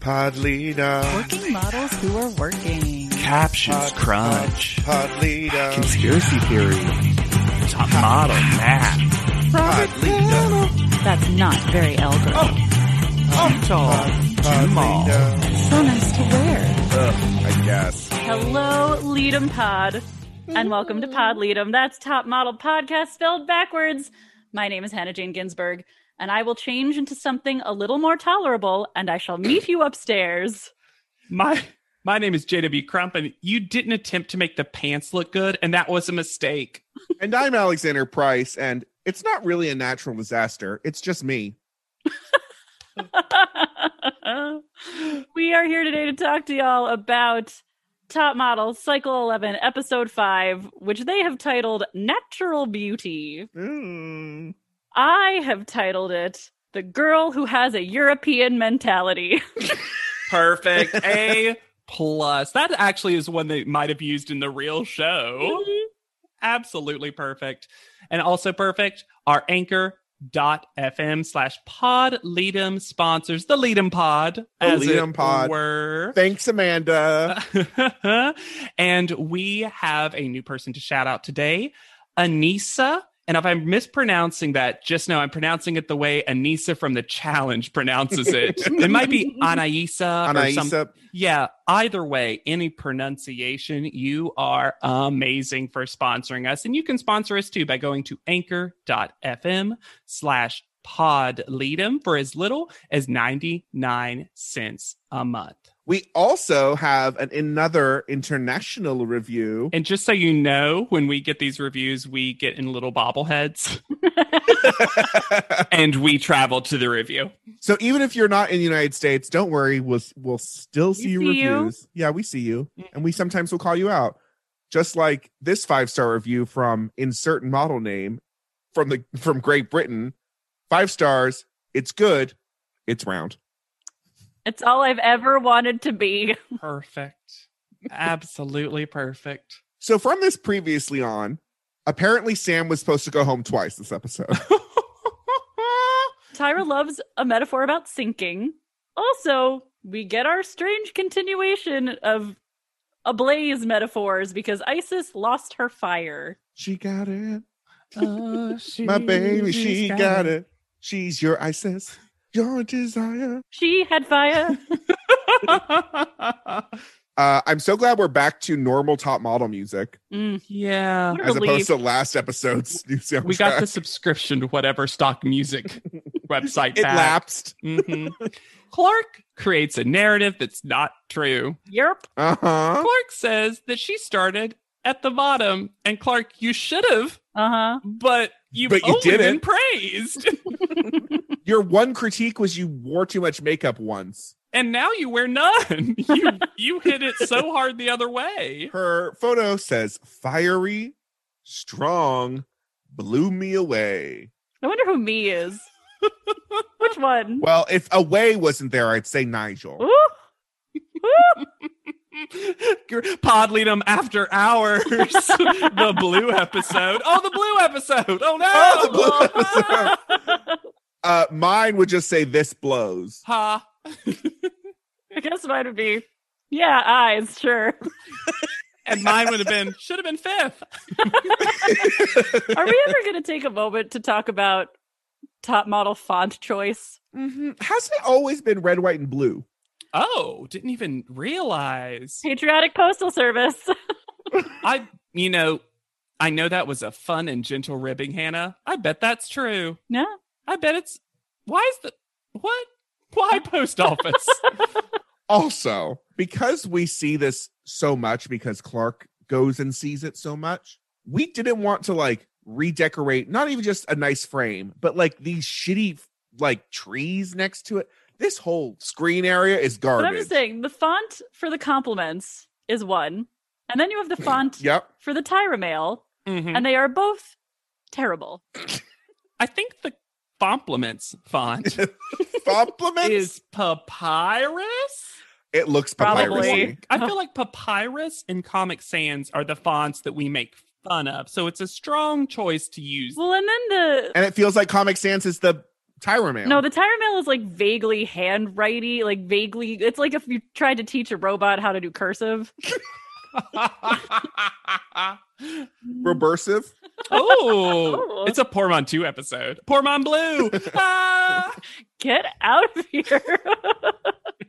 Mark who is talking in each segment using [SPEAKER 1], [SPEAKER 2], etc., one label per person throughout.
[SPEAKER 1] Podlita.
[SPEAKER 2] Working models who are working.
[SPEAKER 3] Captions crunch.
[SPEAKER 1] Podlita.
[SPEAKER 3] Conspiracy theory. Top model Matt.
[SPEAKER 1] Podlita.
[SPEAKER 2] That's not very elegant.
[SPEAKER 1] Podlita.
[SPEAKER 2] So nice to wear.
[SPEAKER 1] I guess.
[SPEAKER 4] Hello, Leadem Pod, and welcome to Pod Leadem. That's Top Model Podcast spelled backwards. My name is Hannah Jane Ginsburg, and I will change into something a little more tolerable, and I shall meet you upstairs.
[SPEAKER 5] My my name is JW Crump, and you didn't attempt to make the pants look good, and that was a mistake.
[SPEAKER 6] And I'm Alexander Price, and it's not really a natural disaster. It's just me.
[SPEAKER 4] we are here today to talk to y'all about Top Model Cycle 11, Episode 5, which they have titled Natural Beauty.
[SPEAKER 6] Mm.
[SPEAKER 4] I have titled it The Girl Who Has a European Mentality.
[SPEAKER 5] Perfect. a plus. That actually is one they might have used in the real show. Absolutely perfect. And also perfect, our anchor.fm slash pod leadem sponsors the leadem pod.
[SPEAKER 6] The
[SPEAKER 5] as it
[SPEAKER 6] Leadem Pod.
[SPEAKER 5] Were.
[SPEAKER 6] Thanks, Amanda.
[SPEAKER 5] and we have a new person to shout out today, Anissa. And if I'm mispronouncing that, just know I'm pronouncing it the way Anissa from the challenge pronounces it. it might be Anaissa, or something.
[SPEAKER 6] Anaisa,
[SPEAKER 5] Yeah, either way, any pronunciation, you are amazing for sponsoring us. And you can sponsor us too by going to anchor.fm slash podleadem for as little as 99 cents a month.
[SPEAKER 6] we also have an, another international review.
[SPEAKER 5] And just so you know, when we get these reviews, we get in little bobbleheads and we travel to the review.
[SPEAKER 6] so even if you're not in the United States, don't worry. We'll we'll still see
[SPEAKER 4] We
[SPEAKER 6] you
[SPEAKER 4] see you.
[SPEAKER 6] reviews. Yeah, we see you, and we sometimes will call you out, just like this five star review from insert model name from the from Great Britain. Five stars. It's good. It's round.
[SPEAKER 4] It's all I've ever wanted to be.
[SPEAKER 5] Perfect. Absolutely perfect.
[SPEAKER 6] So from this previously on, apparently Sam was supposed to go home twice this episode.
[SPEAKER 4] Tyra loves a metaphor about sinking. Also, we get our strange continuation of ablaze metaphors because Isis lost her fire.
[SPEAKER 6] she got it.
[SPEAKER 5] Oh, she-
[SPEAKER 6] My baby,
[SPEAKER 5] she's
[SPEAKER 6] she got it. She's your Isis, your desire.
[SPEAKER 4] She had fire.
[SPEAKER 6] Uh, I'm so glad we're back to normal top model music
[SPEAKER 4] Mm,
[SPEAKER 5] yeah.
[SPEAKER 4] what a
[SPEAKER 6] as
[SPEAKER 4] relief.
[SPEAKER 6] opposed to last episode's new soundtrack.
[SPEAKER 5] We got the subscription to whatever stock music website
[SPEAKER 6] It
[SPEAKER 5] back.
[SPEAKER 6] lapsed.
[SPEAKER 5] Mhm. Clark creates a narrative that's not true.
[SPEAKER 4] Yep.
[SPEAKER 6] Uh huh.
[SPEAKER 5] Clark says that she started at the bottom, and Clark, you should have,
[SPEAKER 4] Uh huh.
[SPEAKER 5] but you've
[SPEAKER 6] But you
[SPEAKER 5] only
[SPEAKER 6] didn't.
[SPEAKER 5] been praised,
[SPEAKER 6] Your one critique was you wore too much makeup once.
[SPEAKER 5] and now you wear none. You you hit it so hard the other way.
[SPEAKER 6] Her photo says fiery, strong, blew me away.
[SPEAKER 4] I wonder who me is. Which one?
[SPEAKER 6] Well, if away wasn't there, I'd say Nigel.
[SPEAKER 4] Ooh,
[SPEAKER 5] Podleadum after hours, the blue episode. Oh, the blue episode. Oh no,
[SPEAKER 6] Oh, the blue episode. Uh, mine would just say this blows.
[SPEAKER 5] Ha.
[SPEAKER 4] I guess mine would be. Yeah, eyes, sure.
[SPEAKER 5] And mine would have been should have been fifth.
[SPEAKER 4] Are we ever going to take a moment to talk about top model font choice?
[SPEAKER 6] Hasn't it always been red, white, and blue?
[SPEAKER 5] Oh, didn't even realize.
[SPEAKER 4] Patriotic Postal Service.
[SPEAKER 5] I, you know, I know that was a fun and gentle ribbing, Hannah. I bet that's true.
[SPEAKER 4] Yeah.
[SPEAKER 5] I bet it's. Why is the. What? Why post office?
[SPEAKER 6] Also, because we see this so much, because Clark goes and sees it so much, we didn't want to like redecorate, not even just a nice frame, but like these shitty like trees next to it. This whole screen area is
[SPEAKER 4] But
[SPEAKER 6] garbage.
[SPEAKER 4] I'm just saying, the font for the compliments is one, and then you
[SPEAKER 5] Hmm.
[SPEAKER 4] have the font
[SPEAKER 6] Yep.
[SPEAKER 4] for the Tyra mail,
[SPEAKER 5] Mhm.
[SPEAKER 4] and they are both terrible.
[SPEAKER 5] I think the compliments font
[SPEAKER 6] Compliments.
[SPEAKER 5] is papyrus.
[SPEAKER 6] it looks
[SPEAKER 4] Probably.
[SPEAKER 6] papyrusy.
[SPEAKER 5] I feel like papyrus and Comic Sans are the fonts that we make fun of. So it's a strong choice to use.
[SPEAKER 4] Well, and then the
[SPEAKER 6] And it feels like Comic Sans is the Tyra Mail.
[SPEAKER 4] No, the tire mail is like vaguely handwriting, like vaguely. It's like if you tried to teach a robot how to do cursive.
[SPEAKER 6] Rebursive.
[SPEAKER 4] Oh.
[SPEAKER 5] oh, it's a Poor Mon 2 episode. Poor Mon Blue. Ah!
[SPEAKER 4] Get out of here.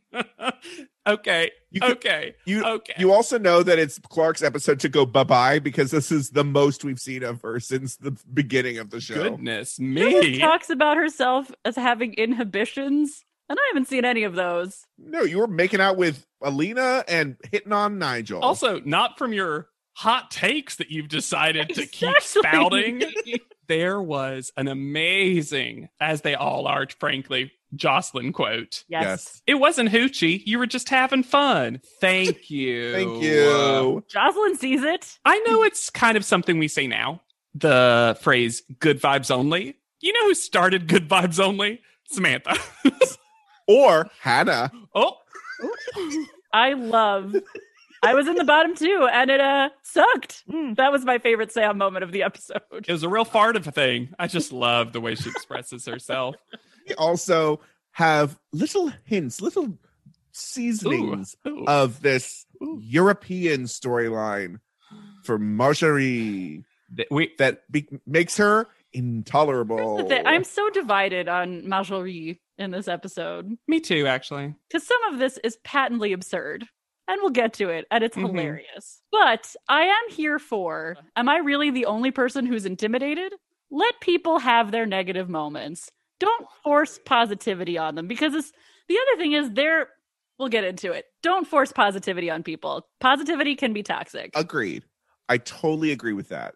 [SPEAKER 5] okay.
[SPEAKER 6] You
[SPEAKER 4] Oh,
[SPEAKER 6] could-
[SPEAKER 5] Okay.
[SPEAKER 6] You
[SPEAKER 5] Okay.
[SPEAKER 6] you also know that it's Clark's episode to go bye bye because this is the most we've seen of her since the beginning of the show.
[SPEAKER 5] Goodness
[SPEAKER 4] She
[SPEAKER 5] me.
[SPEAKER 4] talks about herself as having inhibitions, and I haven't seen any of those.
[SPEAKER 6] No, you were making out with Alina and hitting on Nigel.
[SPEAKER 5] Also, not from your hot takes that you've decided to keep
[SPEAKER 4] Exactly.
[SPEAKER 5] spouting. there was an amazing, as they all are, frankly, Jocelyn quote.
[SPEAKER 4] Yes.
[SPEAKER 6] Yes.
[SPEAKER 5] It wasn't hoochie. You were just having fun. Thank you.
[SPEAKER 6] thank you.
[SPEAKER 4] Jocelyn sees it.
[SPEAKER 5] I know it's kind of something we say now, the phrase good vibes only. You know who started good vibes only? Samantha.
[SPEAKER 6] Or Hannah.
[SPEAKER 5] oh,
[SPEAKER 4] I love. I was in the bottom too, and it uh sucked. That was my favorite Sam moment of the episode.
[SPEAKER 5] it was a real fart of a thing. I just love the way she expresses herself.
[SPEAKER 6] We also have little hints, little seasonings
[SPEAKER 5] Ooh.
[SPEAKER 6] of this
[SPEAKER 5] Ooh.
[SPEAKER 6] European storyline for Marjorie
[SPEAKER 5] Th- we,
[SPEAKER 6] that be- makes her
[SPEAKER 4] Here's
[SPEAKER 6] intolerable.
[SPEAKER 4] the thing. I'm so divided on Marjorie in this episode
[SPEAKER 5] me too, actually.
[SPEAKER 4] because some of this is patently absurd, and we'll get to it, and it's
[SPEAKER 5] Mhm.
[SPEAKER 4] hilarious. But I am here for am I really the only person who's intimidated? Let people have their negative moments. Don't force positivity on them because it's, the other thing is they're we'll get into it. Don't force positivity on people. Positivity can be toxic.
[SPEAKER 6] Agreed. I totally agree with that.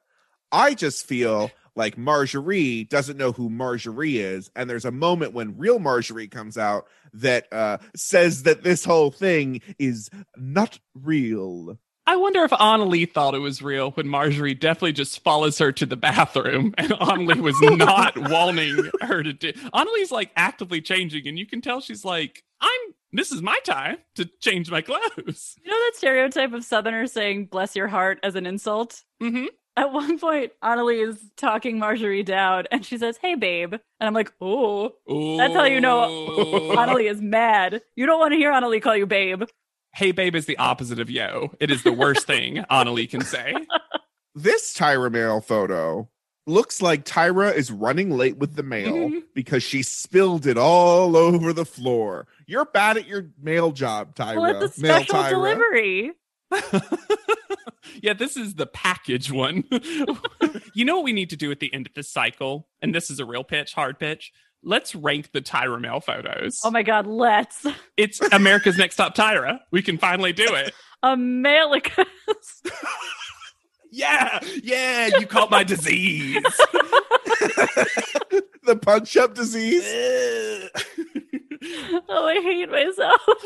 [SPEAKER 6] I just feel like Marjorie doesn't know who Marjorie is. And there's a moment when real Marjorie comes out that uh, says that this whole thing is not real.
[SPEAKER 5] I wonder if Annalie thought it was real when Marjorie definitely just follows her to the bathroom and Annalie was not wanting her to do. Annalie's like actively changing, and you can tell she's like, I'm this is my time to change my clothes.
[SPEAKER 4] You know that stereotype of Southerners saying bless your heart as an insult?
[SPEAKER 5] hmm
[SPEAKER 4] At one point, Annalie is talking Marjorie down and she says, Hey, babe. And I'm like, Oh, That's how you
[SPEAKER 5] know.
[SPEAKER 4] Annalie is mad. You don't want to hear Annalie call you babe.
[SPEAKER 5] hey, babe is the opposite of yo. It is the worst thing Annalie can say.
[SPEAKER 6] This Tyra mail photo looks like Tyra is running late with the mail
[SPEAKER 5] Mhm.
[SPEAKER 6] because she spilled it all over the floor. You're bad at your mail job, Tyra.
[SPEAKER 4] well, it's a
[SPEAKER 6] Mail
[SPEAKER 4] special
[SPEAKER 6] Tyra.
[SPEAKER 4] delivery.
[SPEAKER 5] yeah, this is the package one. you know what we need to do at the end of this cycle? And this is a real pitch, hard pitch. Let's rank the Tyra Mel photos.
[SPEAKER 4] Oh my God, let's.
[SPEAKER 5] it's America's Next Top Tyra. We can finally do it.
[SPEAKER 4] Amelica.
[SPEAKER 5] Yeah, yeah, you caught my disease.
[SPEAKER 6] The punch up disease.
[SPEAKER 4] oh, I hate myself.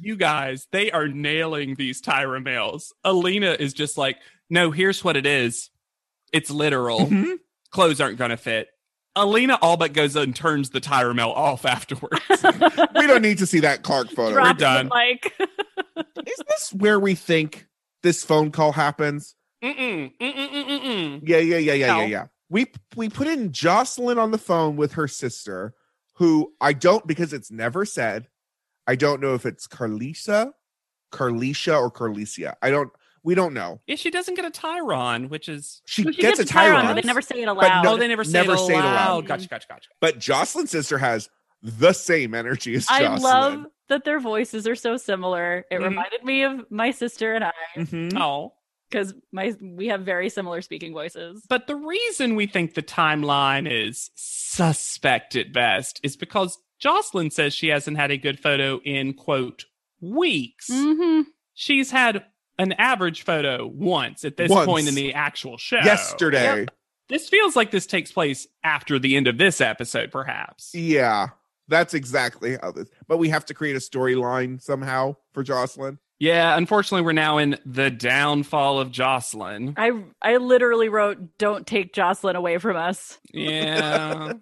[SPEAKER 5] you guys, they are nailing these Tyra Males. Alina is just like, no, here's what it is. It's literal.
[SPEAKER 6] Mhm.
[SPEAKER 5] Clothes aren't going to fit. Alina all but goes and turns the Tyra Mel off afterwards.
[SPEAKER 6] we don't need to see that Clark photo.
[SPEAKER 4] Dropping
[SPEAKER 5] done.
[SPEAKER 4] the mic.
[SPEAKER 6] Is this where we think this phone call happens?
[SPEAKER 5] Mm-mm, mm-mm, mm-mm, mm-mm.
[SPEAKER 6] Yeah, yeah, yeah, yeah, yeah,
[SPEAKER 5] No.
[SPEAKER 6] yeah. We we put in Jocelyn on the phone with her sister, who I don't because it's never said. I don't know if it's Carlisa, Carlicia, or Carlicia. I don't. We don't know.
[SPEAKER 5] Yeah, she doesn't get a Tyron, which is.
[SPEAKER 6] She,
[SPEAKER 4] Well, she
[SPEAKER 6] gets, a Tyron,
[SPEAKER 4] but
[SPEAKER 6] but,
[SPEAKER 4] they never say it
[SPEAKER 6] no,
[SPEAKER 4] aloud.
[SPEAKER 5] Oh, they never say
[SPEAKER 6] Never
[SPEAKER 5] it
[SPEAKER 6] say it
[SPEAKER 5] aloud.
[SPEAKER 4] aloud.
[SPEAKER 5] Gotcha, gotcha, gotcha.
[SPEAKER 6] Jocelyn's sister has the same energy as
[SPEAKER 4] I
[SPEAKER 6] Jocelyn.
[SPEAKER 4] love that their voices are so similar. It
[SPEAKER 5] Mhm.
[SPEAKER 4] reminded me of my sister and I
[SPEAKER 6] Mhm.
[SPEAKER 5] Oh.
[SPEAKER 4] because my we have very similar speaking voices.
[SPEAKER 5] But the reason we think the timeline is suspect at best is because Jocelyn says she hasn't had a good photo in, quote, weeks.
[SPEAKER 6] Mm.
[SPEAKER 4] Mm-hmm.
[SPEAKER 5] She's had an average photo once at this
[SPEAKER 6] Once.
[SPEAKER 5] point in the actual show.
[SPEAKER 6] Yesterday,
[SPEAKER 5] This feels like this takes place after the end of this episode, perhaps.
[SPEAKER 6] yeah, that's exactly how this. But we have to create a storyline somehow for Jocelyn.
[SPEAKER 5] Yeah, unfortunately, we're now in the downfall of Jocelyn.
[SPEAKER 4] I I literally wrote, "Don't take Jocelyn away from us."
[SPEAKER 5] Yeah.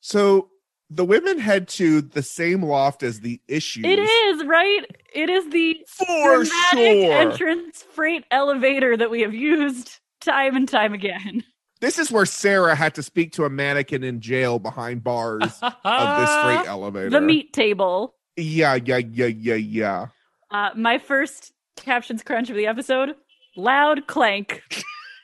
[SPEAKER 6] So the women head to the same loft as the issues.
[SPEAKER 4] It is right. It is the
[SPEAKER 6] for
[SPEAKER 4] dramatic
[SPEAKER 6] sure.
[SPEAKER 4] entrance freight elevator that we have used time and time again.
[SPEAKER 6] This is where Sarah had to speak to a mannequin in jail behind bars
[SPEAKER 4] Uh,
[SPEAKER 6] of this freight elevator.
[SPEAKER 4] the meat table.
[SPEAKER 6] Yeah, yeah, yeah, yeah, yeah.
[SPEAKER 4] Uh, my first captions crunch of the episode loud clank,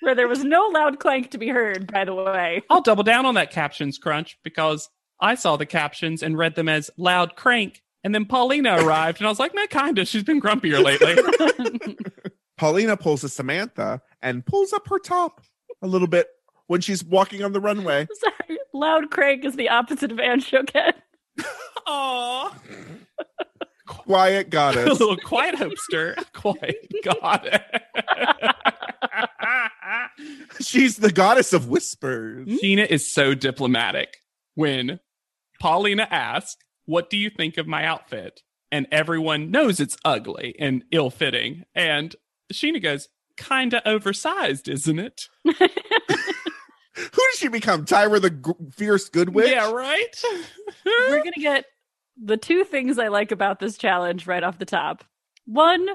[SPEAKER 4] where there was no loud clank to be heard, by the way.
[SPEAKER 5] I'll double down on that captions crunch because I saw the captions and read them as loud crank. And then Paulina arrived, and I was like, "No, kinda. She's been grumpier lately."
[SPEAKER 6] Paulina pulls a Samantha and pulls up her top a little bit when she's walking on the runway.
[SPEAKER 4] Sorry, loud crank is the opposite of Anshoket.
[SPEAKER 5] Aww,
[SPEAKER 6] Quiet
[SPEAKER 5] a
[SPEAKER 6] goddess.
[SPEAKER 5] little quiet hopester. Quiet god.
[SPEAKER 6] she's the goddess of
[SPEAKER 4] Hmm?
[SPEAKER 6] whispers.
[SPEAKER 5] Sheena is so diplomatic. When Paulina asks, "What do you think of my outfit?" and everyone knows it's ugly and ill-fitting, and Sheena goes, "Kinda oversized, isn't it?"
[SPEAKER 6] Who does she become? Tyra the g- fierce good witch?
[SPEAKER 5] Yeah, right.
[SPEAKER 4] We're going to get the two things I like about this challenge right off the top. One,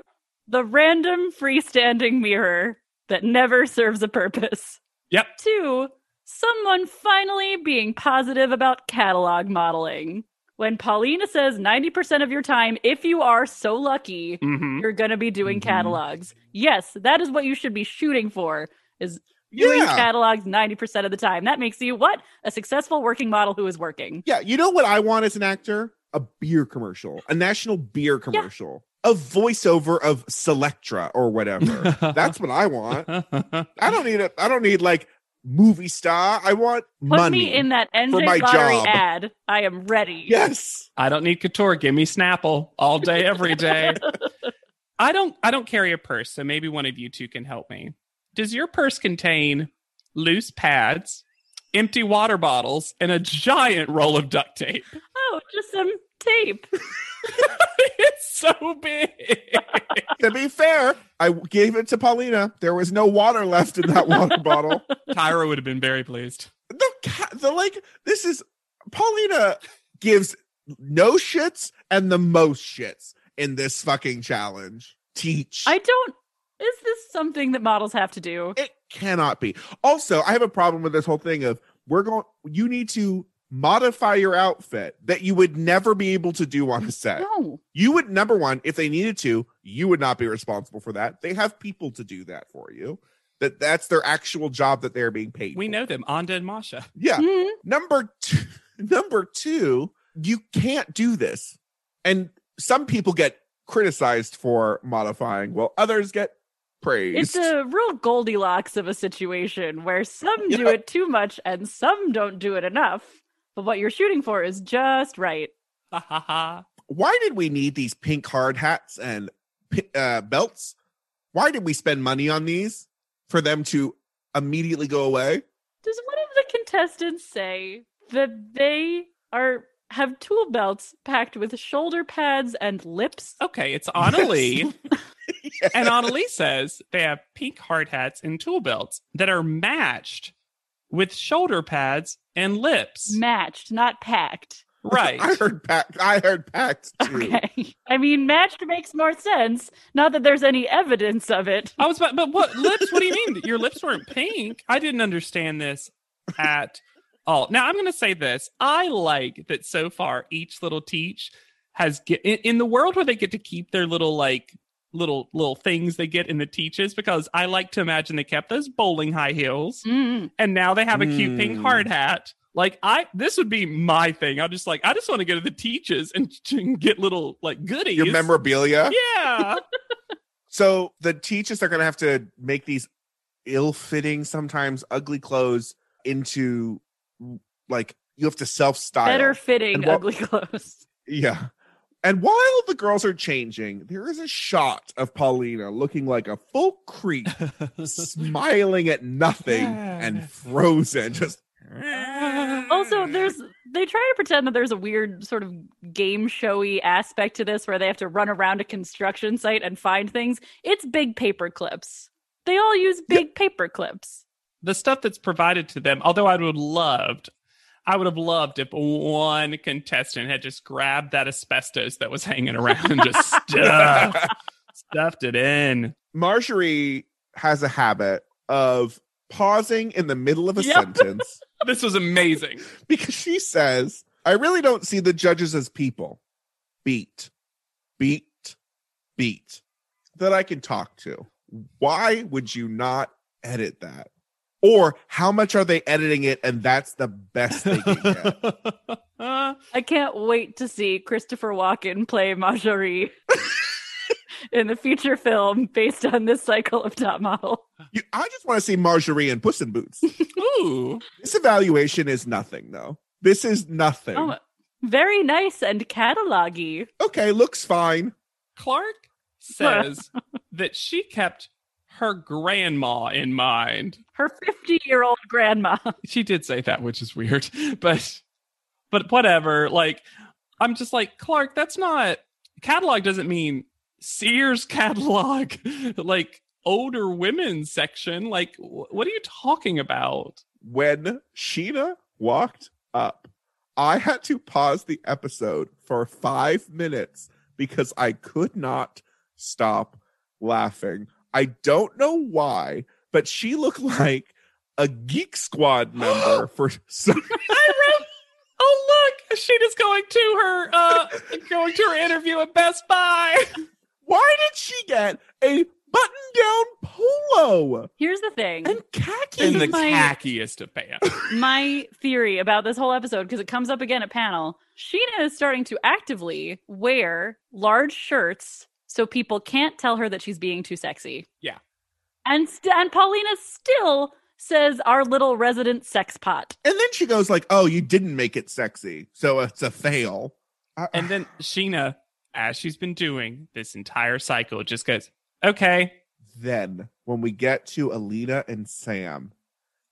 [SPEAKER 4] the random freestanding mirror that never serves a purpose.
[SPEAKER 5] Yep.
[SPEAKER 4] Two, someone finally being positive about catalog modeling. When Paulina says 90% of your time, if you are so lucky,
[SPEAKER 5] hmm
[SPEAKER 4] you're going to be doing
[SPEAKER 5] Mhm.
[SPEAKER 4] catalogs. Yes, that is what you should be shooting for is doing
[SPEAKER 6] Yeah.
[SPEAKER 4] catalogs 90% of the time. That makes you what? A successful working model who is working.
[SPEAKER 6] Yeah, you know what I want as an actor? A beer commercial, a national beer commercial, a voiceover of Selectra or whatever.
[SPEAKER 5] Mm-hmm.
[SPEAKER 6] That's what I want. I don't need a. I don't need like movie star. I want
[SPEAKER 4] Put
[SPEAKER 6] money.
[SPEAKER 4] me in that NJ
[SPEAKER 6] for my
[SPEAKER 4] lottery
[SPEAKER 6] job.
[SPEAKER 4] ad. I am ready.
[SPEAKER 6] Yes.
[SPEAKER 5] I don't need couture. Give me Snapple all day, every day. I don't. I don't carry a purse, so maybe one of you two can help me. Does your purse contain loose pads, empty water bottles, and a giant roll of duct tape?
[SPEAKER 4] Oh, just some tape.
[SPEAKER 5] it's so big.
[SPEAKER 6] To be fair, I gave it to Paulina. There was no water left in that water bottle.
[SPEAKER 5] Tyra would have been very pleased.
[SPEAKER 6] The ca- the like this is Paulina gives no shits and the most shits in this fucking challenge. Teach.
[SPEAKER 4] I don't is this something that models have to do?
[SPEAKER 6] It cannot be. Also, I have a problem with this whole thing of we're going. You need to modify your outfit that you would never be able to do on a set.
[SPEAKER 4] No.
[SPEAKER 6] You would number one, if they needed to, you would not be responsible for that. They have people to do that for you. That that's their actual job that they're being paid.
[SPEAKER 5] We
[SPEAKER 6] for.
[SPEAKER 5] know them, Anda and Masha.
[SPEAKER 6] Yeah.
[SPEAKER 4] Mhm.
[SPEAKER 6] Number two, number two, you can't do this, and some people get criticized for modifying, while others get praised.
[SPEAKER 4] It's a real Goldilocks of a situation where some do
[SPEAKER 6] Yeah.
[SPEAKER 4] it too much and some don't do it enough. But what you're shooting for is just right.
[SPEAKER 5] Ha ha ha.
[SPEAKER 6] why did we need these pink hard hats and pi- uh, belts? Why did we spend money on these for them to immediately go away?
[SPEAKER 4] Does one of the contestants say that they are have tool belts packed with shoulder pads and lips?
[SPEAKER 5] Okay, it's Annalie. And Annalise says they have pink hard hats and tool belts that are matched with shoulder pads and lips.
[SPEAKER 4] Matched, not packed.
[SPEAKER 5] right.
[SPEAKER 6] I heard packed. I heard packed too.
[SPEAKER 4] Okay. I mean, matched makes more sense. Not that there's any evidence of it.
[SPEAKER 5] I was about, but what lips? What do you mean? that Your lips weren't pink. I didn't understand this at all. Now I'm going to say this. I like that so far each little teach has get, in, in the world where they get to keep their little like little little things they get in the teaches because I like to imagine they kept those bowling high heels.
[SPEAKER 4] Mm.
[SPEAKER 5] and now they have a cute pink
[SPEAKER 6] Mm.
[SPEAKER 5] hard hat. Like I, this would be my thing. I'm just like, I just want to go to the teachers and, and get little like goodies.
[SPEAKER 6] Your memorabilia.
[SPEAKER 5] Yeah,
[SPEAKER 6] So the teachers are going to have to make these ill-fitting, sometimes ugly clothes into like you have to self-style.
[SPEAKER 4] Better
[SPEAKER 6] And
[SPEAKER 4] fitting
[SPEAKER 6] what-
[SPEAKER 4] ugly clothes.
[SPEAKER 6] Yeah. And while the girls are changing, there is a shot of Paulina looking like a full creep, smiling at nothing and frozen. Just
[SPEAKER 4] Also,
[SPEAKER 6] Hmm.
[SPEAKER 4] there's they try to pretend that there's a weird sort of game showy aspect to this where they have to run around a construction site and find things. It's big paper clips. They all use big paper clips.
[SPEAKER 5] the stuff that's provided to them. Although I would have loved, I would have loved if one contestant had just grabbed that asbestos that was hanging around and just stuffed, stuffed it in.
[SPEAKER 6] Marjorie has a habit of pausing in the middle of a
[SPEAKER 5] Yep.
[SPEAKER 6] sentence
[SPEAKER 5] This was amazing.
[SPEAKER 6] because she says, I really don't see the judges as people. Beat, beat, beat that I can talk to. Why would you not edit that? Or how much are they editing it? And that's the best they can get.
[SPEAKER 4] I can't wait to see Christopher Walken play Marjorie in the feature film based on this cycle of Top Model.
[SPEAKER 6] You, I just want to see Marjorie and Puss in Boots.
[SPEAKER 5] Ooh.
[SPEAKER 6] this evaluation is nothing, though. This is nothing.
[SPEAKER 4] Oh, very nice and catalog-y.
[SPEAKER 6] okay, looks fine.
[SPEAKER 5] Clark says that she kept her grandma in mind.
[SPEAKER 4] Her 50-year-old grandma.
[SPEAKER 5] She did say that, which is weird, but but whatever. Like I'm just like Clark. That's not catalog. Doesn't mean Sears catalog. like older women section. Like wh- what are you talking about?
[SPEAKER 6] When Sheena walked up, I had to pause the episode for five minutes because I could not stop laughing. I don't know why, but she looked like a Geek Squad member for some
[SPEAKER 5] I wrote. Oh look, Sheena's going to her uh going to her interview at Best Buy.
[SPEAKER 6] Why did she get a button down polo
[SPEAKER 4] Here's the thing.
[SPEAKER 6] and khaki?
[SPEAKER 5] In the
[SPEAKER 4] my-
[SPEAKER 5] khackiest of pants.
[SPEAKER 4] my theory about this whole episode because it comes up again at panel. Sheena is starting to actively wear large shirts so people can't tell her that she's being too sexy.
[SPEAKER 5] Yeah.
[SPEAKER 4] And st- and Paulina still says our little resident sex pot.
[SPEAKER 6] and then she goes like, "Oh, you didn't make it sexy, so it's a fail." I-
[SPEAKER 5] And then Sheena, as she's been doing this entire cycle, just goes, okay.
[SPEAKER 6] then when we get to Alita and Sam,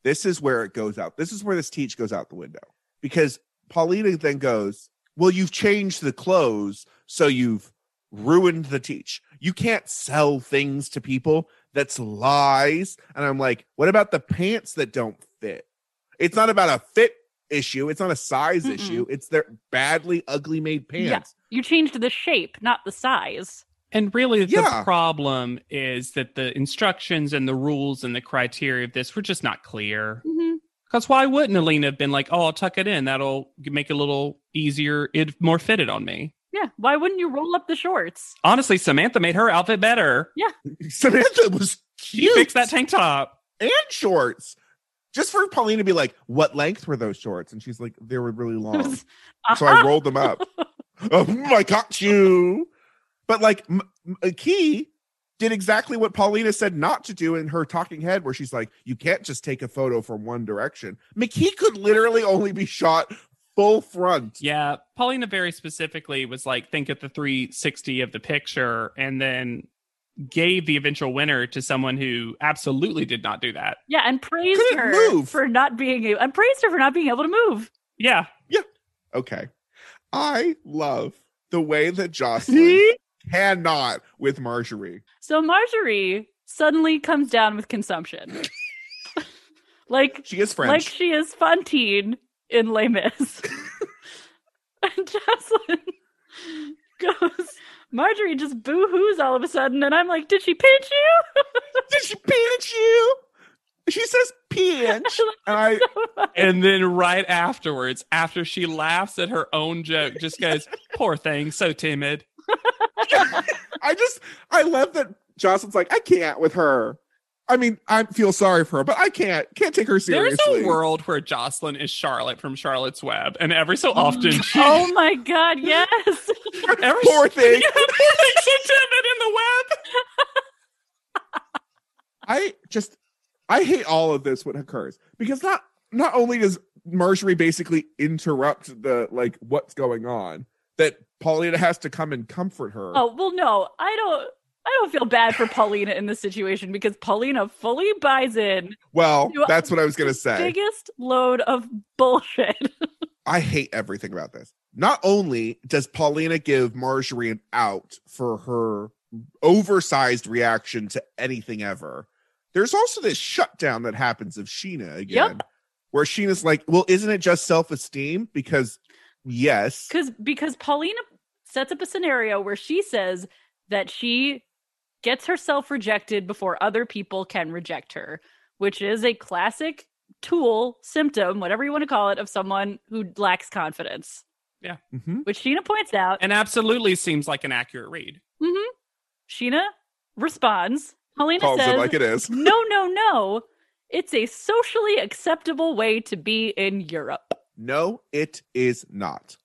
[SPEAKER 6] this is where it goes out. This is where this teach goes out the window because Paulina then goes, Well, you've changed the clothes, so you've ruined the teach. You can't sell things to people. That's lies. And I'm like, What about the pants that don't fit? It's not about a fit issue, it's not a size
[SPEAKER 4] Mm-mm.
[SPEAKER 6] issue, it's their badly ugly made
[SPEAKER 4] Yeah.
[SPEAKER 6] pants.
[SPEAKER 4] You changed the shape, not the size.
[SPEAKER 5] And really, the
[SPEAKER 6] Yeah.
[SPEAKER 5] problem is that the instructions and the rules and the criteria of this were just not clear.
[SPEAKER 6] Mm-hmm.
[SPEAKER 4] Mhm.
[SPEAKER 5] Because why wouldn't Alina have been like, oh, I'll tuck it in. That'll make it a little easier, it more fitted on me.
[SPEAKER 4] Yeah. Why wouldn't you roll up the shorts?
[SPEAKER 5] Honestly, Samantha made her outfit better.
[SPEAKER 6] Samantha was
[SPEAKER 5] She
[SPEAKER 6] cute.
[SPEAKER 5] fixed that tank top.
[SPEAKER 6] and shorts. Just for Pauline to be like, what length were those shorts? And she's like, they were really long. Oh.
[SPEAKER 4] Uh-huh.
[SPEAKER 6] So I rolled them up. oh, I got you. But like, M- M- Key did exactly what Paulina said not to do in her talking head, where she's like, you can't just take a photo from one direction. McKee could literally only be shot full front.
[SPEAKER 5] Yeah, Paulina very specifically was like, think of the 360 of the picture, and then gave the eventual winner to someone who absolutely did not do that.
[SPEAKER 4] yeah, and praised
[SPEAKER 6] Couldn't
[SPEAKER 4] her
[SPEAKER 6] move.
[SPEAKER 4] for not being able and praised her for not being able to move.
[SPEAKER 5] Yeah,
[SPEAKER 6] Okay. I love the way that Jocelyn cannot with Marjorie.
[SPEAKER 4] So Marjorie suddenly comes down with consumption. like
[SPEAKER 6] She is French.
[SPEAKER 4] like she is Fantine in Les Mis. and Jocelyn goes, Marjorie just boo-hoos all of a sudden, and I'm like, did she pinch you?
[SPEAKER 6] Did she pinch you? She says pinch. And I
[SPEAKER 5] and then right afterwards, after she laughs at her own joke, just goes, "Poor thing, so timid."
[SPEAKER 6] I just I love that Jocelyn's like, I can't with her. I mean, I feel sorry for her, but I can't. Can't take her seriously.
[SPEAKER 5] There's a world where Jocelyn is Charlotte from Charlotte's Web, and every so often she.
[SPEAKER 4] Oh my god, yes.
[SPEAKER 5] every
[SPEAKER 6] Poor thing.
[SPEAKER 5] Yeah, poor thing, so timid in the web.
[SPEAKER 6] I just I hate all of this what occurs because not not only does Marjorie basically interrupt the like what's going on, that Paulina has to come and comfort her.
[SPEAKER 4] Oh well no, I don't I don't feel bad for Paulina in this situation because Paulina fully buys in
[SPEAKER 6] well,
[SPEAKER 4] You-
[SPEAKER 6] that's what I was gonna say.
[SPEAKER 4] biggest load of bullshit.
[SPEAKER 6] I hate everything about this. Not only does Paulina give Marjorie an out for her oversized reaction to anything ever, there's also this shutdown that happens of Sheena again, where Sheena's like, Well, isn't it just self esteem? Because, yes,
[SPEAKER 4] because because Paulina sets up a scenario where she says that she gets herself rejected before other people can reject her, which is a classic tool symptom, whatever you want to call it, of someone who lacks confidence,
[SPEAKER 6] Mm-hmm.
[SPEAKER 4] which Sheena points out.
[SPEAKER 5] And absolutely seems like an accurate read.
[SPEAKER 4] hmm Sheena responds. Helena
[SPEAKER 6] Calls
[SPEAKER 4] says,
[SPEAKER 6] it like it is.
[SPEAKER 4] no, no, no. It's a socially acceptable way to be in Europe.
[SPEAKER 6] No, it is not.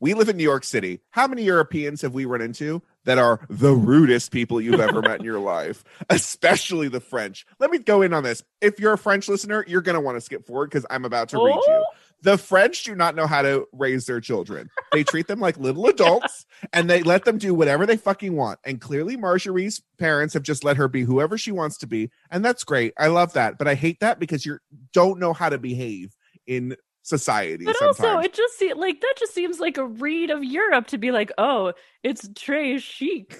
[SPEAKER 6] We live in New York City. How many Europeans have we run into that are the rudest people you've ever met in your life, especially the French? Let me go in on this. If you're a French listener, you're going to want to skip forward because I'm about to read you.
[SPEAKER 4] Oh,
[SPEAKER 6] The French do not know how to raise their children. They treat them like little adults and they let them do whatever they fucking want. And clearly, Marjorie's parents have just let her be whoever she wants to be. And that's great. I love that. But I hate that because you don't know how to behave in society.
[SPEAKER 4] but
[SPEAKER 6] sometimes.
[SPEAKER 4] also, it just seems like that just seems like a read of Europe to be like, oh, it's très chic.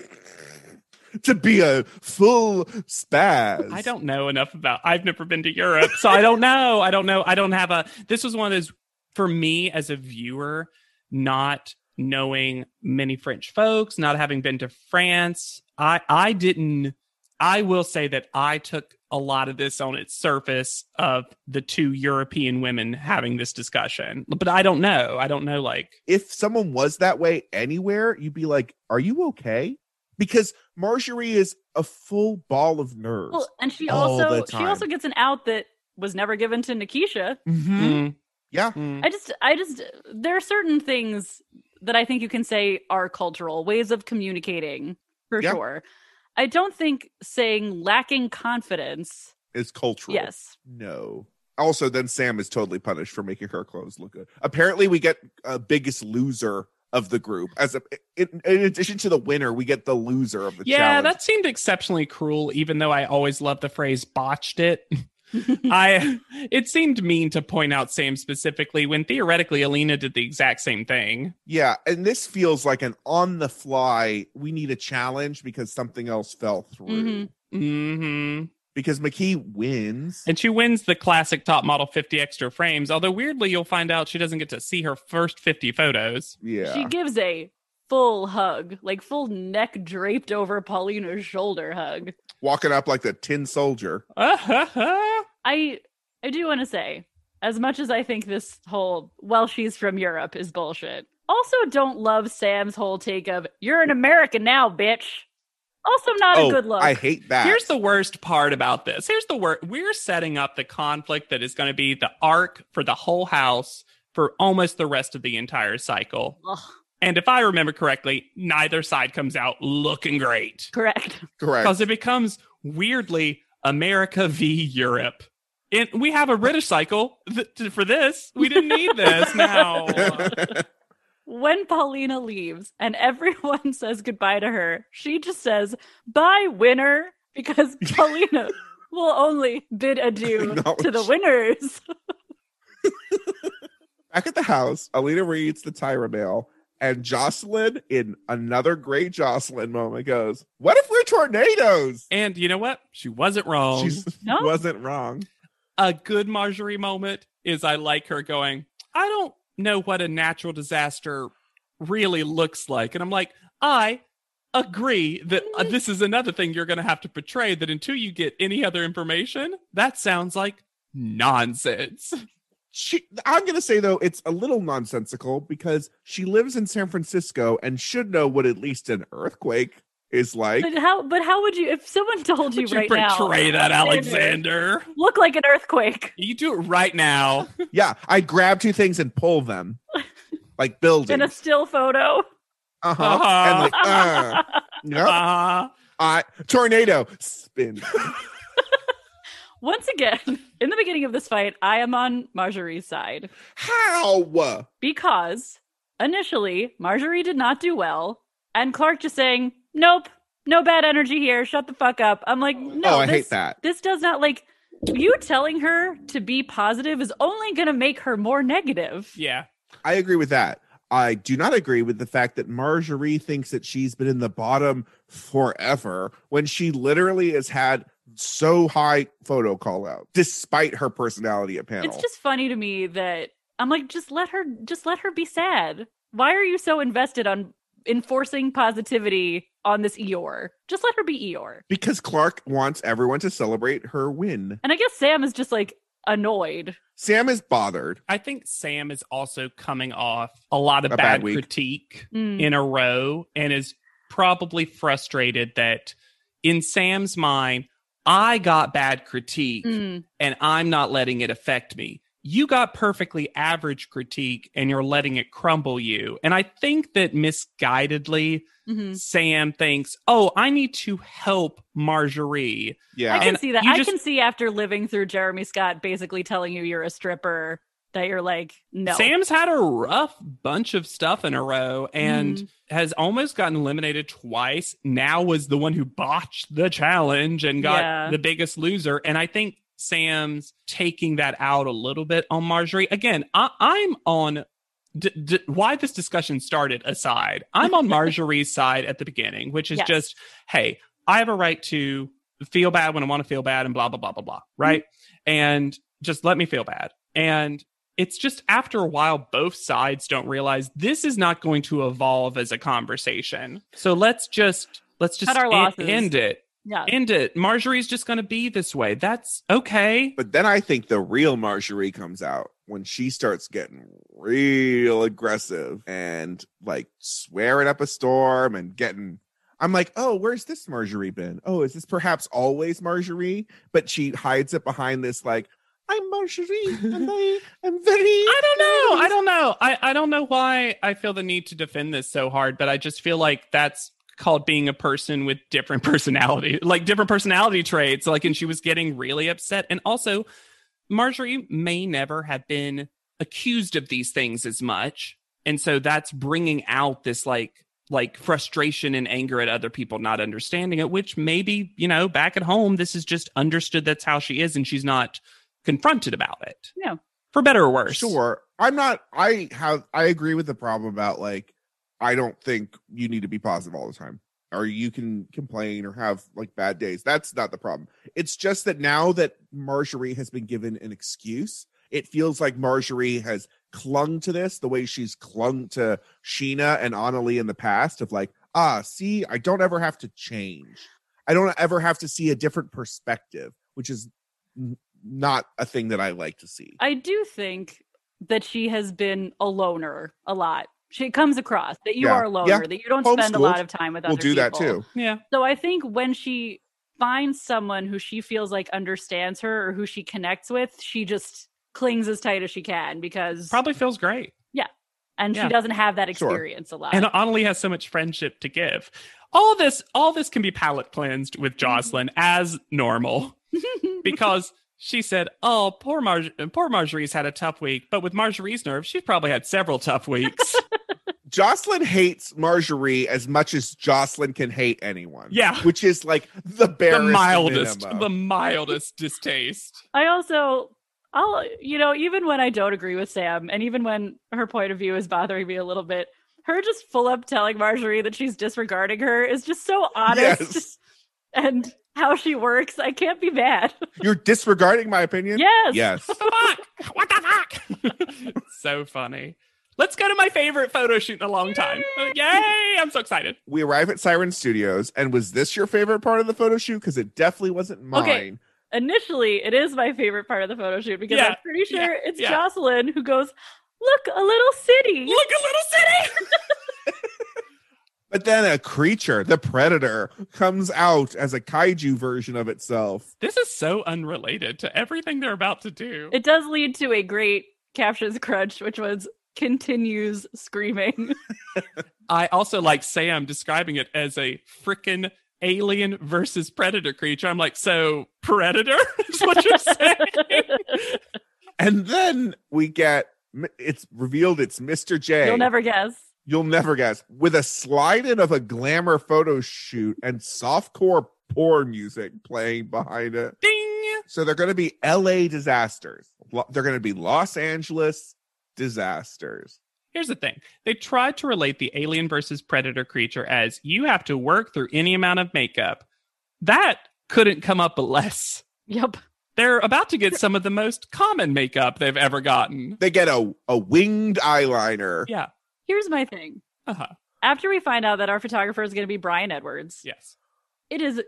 [SPEAKER 6] to be a full spaz.
[SPEAKER 5] I don't know enough about. I've never been to Europe, so I don't know. I don't know. I don't have a. This was one of those for me as a viewer, not knowing many French folks, not having been to France. I I didn't. I will say that I took a lot of this on its surface of the two European women having this discussion, but I don't know. I don't know. Like
[SPEAKER 6] If someone was that way anywhere, you'd be like, "Are you okay?" Because Marjorie is a full ball of nerves.
[SPEAKER 4] Well, and she
[SPEAKER 6] All the
[SPEAKER 4] also she
[SPEAKER 6] time.
[SPEAKER 4] also gets an out that was never given to Nikisha.
[SPEAKER 5] mm,
[SPEAKER 6] Mm-hmm. yeah,
[SPEAKER 5] mm.
[SPEAKER 4] I just I just there are certain things that I think you can say are cultural ways of communicating for
[SPEAKER 6] Yeah.
[SPEAKER 4] sure. I don't think saying lacking confidence.
[SPEAKER 6] is cultural.
[SPEAKER 4] Yes.
[SPEAKER 6] No. Also, then Sam is totally punished for making her clothes look good. Apparently, we get a biggest loser of the group. As a, in, in addition to the winner, we get the loser of the
[SPEAKER 5] Yeah,
[SPEAKER 6] challenge.
[SPEAKER 5] that seemed exceptionally cruel, even though I always love the phrase botched it. I it seemed mean to point out Sam specifically when theoretically Alina did the exact same thing.
[SPEAKER 6] Yeah, and this feels like an on the fly. We need a challenge because something else fell through.
[SPEAKER 4] Mhm.
[SPEAKER 5] hmm
[SPEAKER 6] Because McKee wins.
[SPEAKER 5] And she wins the classic top model 50 extra frames, although weirdly you'll find out she doesn't get to see her first 50 photos.
[SPEAKER 6] yeah,
[SPEAKER 4] She gives a full hug, like full neck draped over Paulina's shoulder hug.
[SPEAKER 6] walking up like the tin soldier.
[SPEAKER 4] I I do want to say, as much as I think this whole well she's from Europe is bullshit. Also don't love Sam's whole take of you're an American now, bitch. Also not
[SPEAKER 6] oh,
[SPEAKER 4] a good look.
[SPEAKER 6] I hate that.
[SPEAKER 5] Here's the worst part about this. Here's the wor We're setting up the conflict that is going to be the arc for the whole house for almost the rest of the entire cycle.
[SPEAKER 4] Ugh,
[SPEAKER 5] And if I remember correctly, neither side comes out looking great
[SPEAKER 4] correct.
[SPEAKER 6] correct.
[SPEAKER 5] because it becomes weirdly America v Europe. And we have a British cycle th- t- for this. We didn't need this now.
[SPEAKER 4] When Paulina leaves and everyone says goodbye to her, she just says, "Bye, winner," because Paulina will only bid adieu
[SPEAKER 6] Acknowledge.
[SPEAKER 4] to the winners.
[SPEAKER 6] Back at the house, Alina reads the Tyra mail, and Jocelyn, in another great Jocelyn moment, goes, "What if we're tornadoes?"
[SPEAKER 5] And you know what? She wasn't wrong.
[SPEAKER 6] She
[SPEAKER 4] No.
[SPEAKER 6] wasn't wrong.
[SPEAKER 5] a good Marjorie moment is I like her going, I don't know what a natural disaster really looks like. And I'm like, I agree that uh, this is another thing you're going to have to portray that until you get any other information, that sounds like nonsense.
[SPEAKER 6] she i'm gonna say though it's a little nonsensical because she lives in san francisco and should know what at least an earthquake is like
[SPEAKER 4] But how? But how would you? If someone told you
[SPEAKER 5] Would
[SPEAKER 4] right
[SPEAKER 5] you portray
[SPEAKER 4] now,
[SPEAKER 5] that, Alexander?
[SPEAKER 4] look like an earthquake.
[SPEAKER 5] You do it right now.
[SPEAKER 6] yeah i grab two things and pull them like buildings
[SPEAKER 4] In a still photo,
[SPEAKER 6] uh-huh.
[SPEAKER 5] Uh-huh.
[SPEAKER 6] and like uh, yep.
[SPEAKER 5] Uh,
[SPEAKER 6] I, tornado spin
[SPEAKER 4] once again, in the beginning of this fight, I am on Marjorie's side
[SPEAKER 6] how
[SPEAKER 4] because initially Marjorie did not do well, and Clark just saying, "Nope, no bad energy here. Shut the fuck up." I'm like, "No,
[SPEAKER 6] oh i
[SPEAKER 4] this,
[SPEAKER 6] hate that
[SPEAKER 4] This does not like you telling her to be positive is only going to make her more negative."
[SPEAKER 5] yeah.
[SPEAKER 6] i agree with that i do not agree with the fact that marjorie thinks that she's been in the bottom forever when she literally has had so high photo call out despite her personality at panel
[SPEAKER 4] It's just funny to me that I'm like, just let her, just let her be sad. Why are you so invested on enforcing positivity on this Eeyore. Just let her be Eeyore.
[SPEAKER 6] because Clark wants everyone to celebrate her win.
[SPEAKER 4] And I guess Sam is just like annoyed.
[SPEAKER 6] Sam is bothered.
[SPEAKER 5] I think Sam is also coming off a lot of
[SPEAKER 6] A bad
[SPEAKER 5] bad,
[SPEAKER 6] week.
[SPEAKER 5] critique
[SPEAKER 4] Mm.
[SPEAKER 5] in a row and is probably frustrated that in Sam's mind, I got bad critique
[SPEAKER 4] Mm.
[SPEAKER 5] and I'm not letting it affect me. You got perfectly average critique and you're letting it crumble you. And I think that misguidedly,
[SPEAKER 4] Mhm.
[SPEAKER 5] Sam thinks, oh, I need to help Marjorie.
[SPEAKER 4] I
[SPEAKER 6] Yeah.
[SPEAKER 4] can
[SPEAKER 5] And
[SPEAKER 4] see that.
[SPEAKER 5] you
[SPEAKER 4] I
[SPEAKER 5] just-
[SPEAKER 4] can see after living through Jeremy Scott basically telling you you're a stripper that you're like, no.
[SPEAKER 5] Sam's had a rough bunch of stuff in a row and
[SPEAKER 4] Mm-hmm.
[SPEAKER 5] has almost gotten eliminated twice. Now was the one who botched the challenge and got
[SPEAKER 4] Yeah.
[SPEAKER 5] the biggest loser. And I think Sam's taking that out a little bit on Marjorie. Again, I- I'm on. D- d- why this discussion started aside, I'm on Marjorie's side at the beginning, which is
[SPEAKER 4] Yes.
[SPEAKER 5] just, hey, I have a right to feel bad when I want to feel bad and blah, blah, blah, blah, blah. Right. And just let me feel bad. And it's just after a while, both sides don't realize this is not going to evolve as a conversation. So let's just, let's just
[SPEAKER 4] Cut our
[SPEAKER 5] en-
[SPEAKER 4] losses.
[SPEAKER 5] end it.
[SPEAKER 4] Yeah.
[SPEAKER 5] End it. Marjorie's just going to be this way. That's okay.
[SPEAKER 6] But then I think the real Marjorie comes out when she starts getting real aggressive and like swearing up a storm and getting. I'm like, oh, where's this Marjorie been? Oh, is this perhaps always Marjorie? But she hides it behind this, like, I'm Marjorie and I am very.
[SPEAKER 5] I don't know. I don't know. I, I don't know why I feel the need to defend this so hard, but I just feel like that's called being a person with different personality, like different personality traits. Like, and she was getting really upset. And also, Marjorie may never have been accused of these things as much. And so that's bringing out this like, like frustration and anger at other people not understanding it, which maybe, you know, back at home, this is just understood that's how she is and she's not confronted about it.
[SPEAKER 4] No.
[SPEAKER 5] For better or worse.
[SPEAKER 6] Sure. I'm not I have I agree with the problem about like I don't think you need to be positive all the time. Or you can complain or have like bad days. That's not the problem. It's just that now that Marjorie has been given an excuse, it feels like Marjorie has clung to this the way she's clung to Sheena and Annalie in the past of like, ah, see, I don't ever have to change. I don't ever have to see a different perspective, which is n- not a thing that I like to see.
[SPEAKER 4] I do think that she has been a loner a lot. She comes across that you
[SPEAKER 6] Yeah.
[SPEAKER 4] are a loner,
[SPEAKER 6] Yeah.
[SPEAKER 4] that you don't spend a
[SPEAKER 6] Homeschooled.
[SPEAKER 4] lot of time with
[SPEAKER 6] we'll
[SPEAKER 4] other
[SPEAKER 6] do that
[SPEAKER 4] people.
[SPEAKER 6] too.
[SPEAKER 5] Yeah.
[SPEAKER 4] So I think when she finds someone who she feels like understands her or who she connects with, she just clings as tight as she can because
[SPEAKER 5] Probably feels great.
[SPEAKER 4] and
[SPEAKER 5] yeah.
[SPEAKER 4] she doesn't have that
[SPEAKER 6] Sure.
[SPEAKER 4] experience a lot.
[SPEAKER 5] And Annalie has so much friendship to give. All this, all this can be palate cleansed with Jocelyn as normal because she said, "Oh, poor Marj- poor Marjorie's had a tough week, but with Marjorie's nerves, she's probably had several tough weeks."
[SPEAKER 6] Jocelyn hates Marjorie as much as Jocelyn can hate anyone.
[SPEAKER 5] Yeah.
[SPEAKER 6] Which is like the
[SPEAKER 5] the
[SPEAKER 6] barest
[SPEAKER 5] mildest,
[SPEAKER 6] minimum.
[SPEAKER 5] the mildest distaste.
[SPEAKER 4] I also I'll you know, even when I don't agree with Sam and even when her point of view is bothering me a little bit, her just full up telling Marjorie that she's disregarding her is just so honest
[SPEAKER 6] Yes.
[SPEAKER 4] and how she works. I can't be mad.
[SPEAKER 6] You're disregarding my opinion?
[SPEAKER 4] yes.
[SPEAKER 6] Yes.
[SPEAKER 5] What the fuck? What the fuck? so funny. Let's go to my favorite photo shoot in a long time. Yay! I'm so excited.
[SPEAKER 6] we arrive at Siren Studios, and was this your favorite part of the photo shoot? Because it definitely wasn't mine.
[SPEAKER 4] Okay. Initially, it is my favorite part of the photo shoot because
[SPEAKER 5] Yeah,
[SPEAKER 4] I'm pretty
[SPEAKER 5] yeah,
[SPEAKER 4] sure it's
[SPEAKER 5] yeah.
[SPEAKER 4] Jocelyn who goes, Look, a little city.
[SPEAKER 5] Look, a little city.
[SPEAKER 6] But then a creature, the predator, comes out as a kaiju version of itself.
[SPEAKER 5] This is so unrelated to everything they're about to do.
[SPEAKER 4] It does lead to a great captions crunch, which was continues screaming.
[SPEAKER 5] I also like Sam describing it as a frickin' alien versus predator creature. I'm like, so predator is what you're saying?
[SPEAKER 6] And then we get it's revealed it's Mr. J.
[SPEAKER 4] You'll never guess.
[SPEAKER 6] You'll never guess. With a slide in of a glamour photo shoot and softcore porn music playing behind it.
[SPEAKER 5] Ding!
[SPEAKER 6] So they're going to be LA disasters. Lo- They're going to be Los Angeles disasters.
[SPEAKER 5] Here's the thing. They tried to relate the alien versus predator creature as you have to work through any amount of makeup. That couldn't come up less.
[SPEAKER 4] Yep.
[SPEAKER 5] They're about to get some of the most common makeup they've ever gotten.
[SPEAKER 6] They get a, a winged eyeliner.
[SPEAKER 5] Yeah.
[SPEAKER 4] Here's my thing.
[SPEAKER 5] Uh-huh.
[SPEAKER 4] after we find out that our photographer is going to be Brian Edwards,
[SPEAKER 5] Yes.
[SPEAKER 4] it is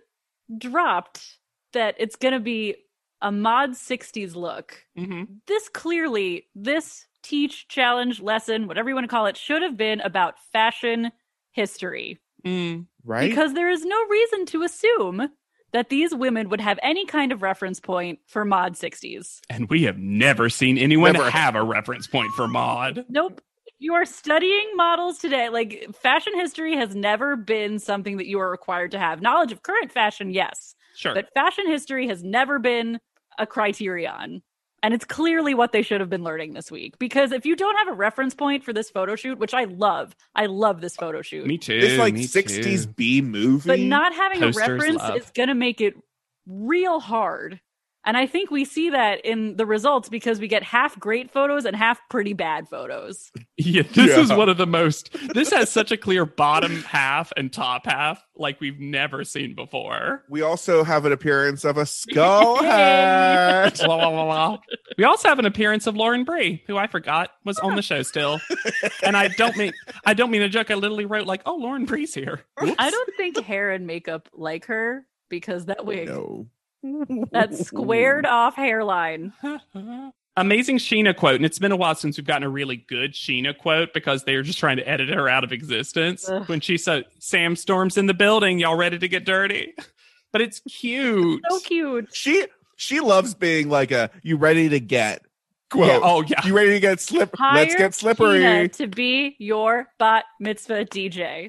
[SPEAKER 4] dropped that it's going to be a mod 60s look.
[SPEAKER 5] hmm
[SPEAKER 4] This clearly, this teach, challenge, lesson, whatever you want to call it, should have been about fashion history.
[SPEAKER 5] Mm.
[SPEAKER 6] right?
[SPEAKER 4] Because there is no reason to assume that these women would have any kind of reference point for mod 60s.
[SPEAKER 5] And we have never seen anyone
[SPEAKER 6] Never.
[SPEAKER 5] have a reference point for mod.
[SPEAKER 4] Nope. If You are studying models today. Like fashion history has never been something that you are required to have. Knowledge of current fashion, yes,
[SPEAKER 5] Sure.
[SPEAKER 4] but fashion history has never been a criterion. And it's clearly what they should have been learning this week. Because if you don't have a reference point for this photo shoot, which I love, I love this photo shoot,
[SPEAKER 5] me too.
[SPEAKER 6] this like
[SPEAKER 5] me
[SPEAKER 6] 60s
[SPEAKER 5] too.
[SPEAKER 6] B movie.
[SPEAKER 4] but not having a
[SPEAKER 5] Posters
[SPEAKER 4] reference
[SPEAKER 5] love.
[SPEAKER 4] is going to make it real hard. And I think we see that in the results because we get half great photos and half pretty bad photos.
[SPEAKER 5] Yeah, this is
[SPEAKER 6] Yeah.
[SPEAKER 5] one of the most. This has such a clear bottom half and top half like we've never seen before.
[SPEAKER 6] we also have an appearance of a skull hat.
[SPEAKER 5] Blah, blah, blah, blah. We also have an appearance of Lauren Bree, who I forgot was on the show still. And I don't mean I don't mean a joke. I literally wrote like, "Oh, Lauren Bree's here."
[SPEAKER 4] I don't think hair and makeup like her because that wig,
[SPEAKER 6] No.
[SPEAKER 4] that squared off hairline.
[SPEAKER 5] Amazing Sheena quote, and it's been a while since we've gotten a really good Sheena quote because they were just trying to edit her out of existence.
[SPEAKER 4] Ugh.
[SPEAKER 5] When she said, "Sam Storm's in the building, y'all ready to get dirty?" But it's cute.
[SPEAKER 4] So cute.
[SPEAKER 6] She she loves being like a you ready to get quote.
[SPEAKER 5] Yeah, oh yeah.
[SPEAKER 6] You ready to get slip? Let's
[SPEAKER 4] Hire
[SPEAKER 6] get slippery.
[SPEAKER 4] Tina to be your bat mitzvah DJ.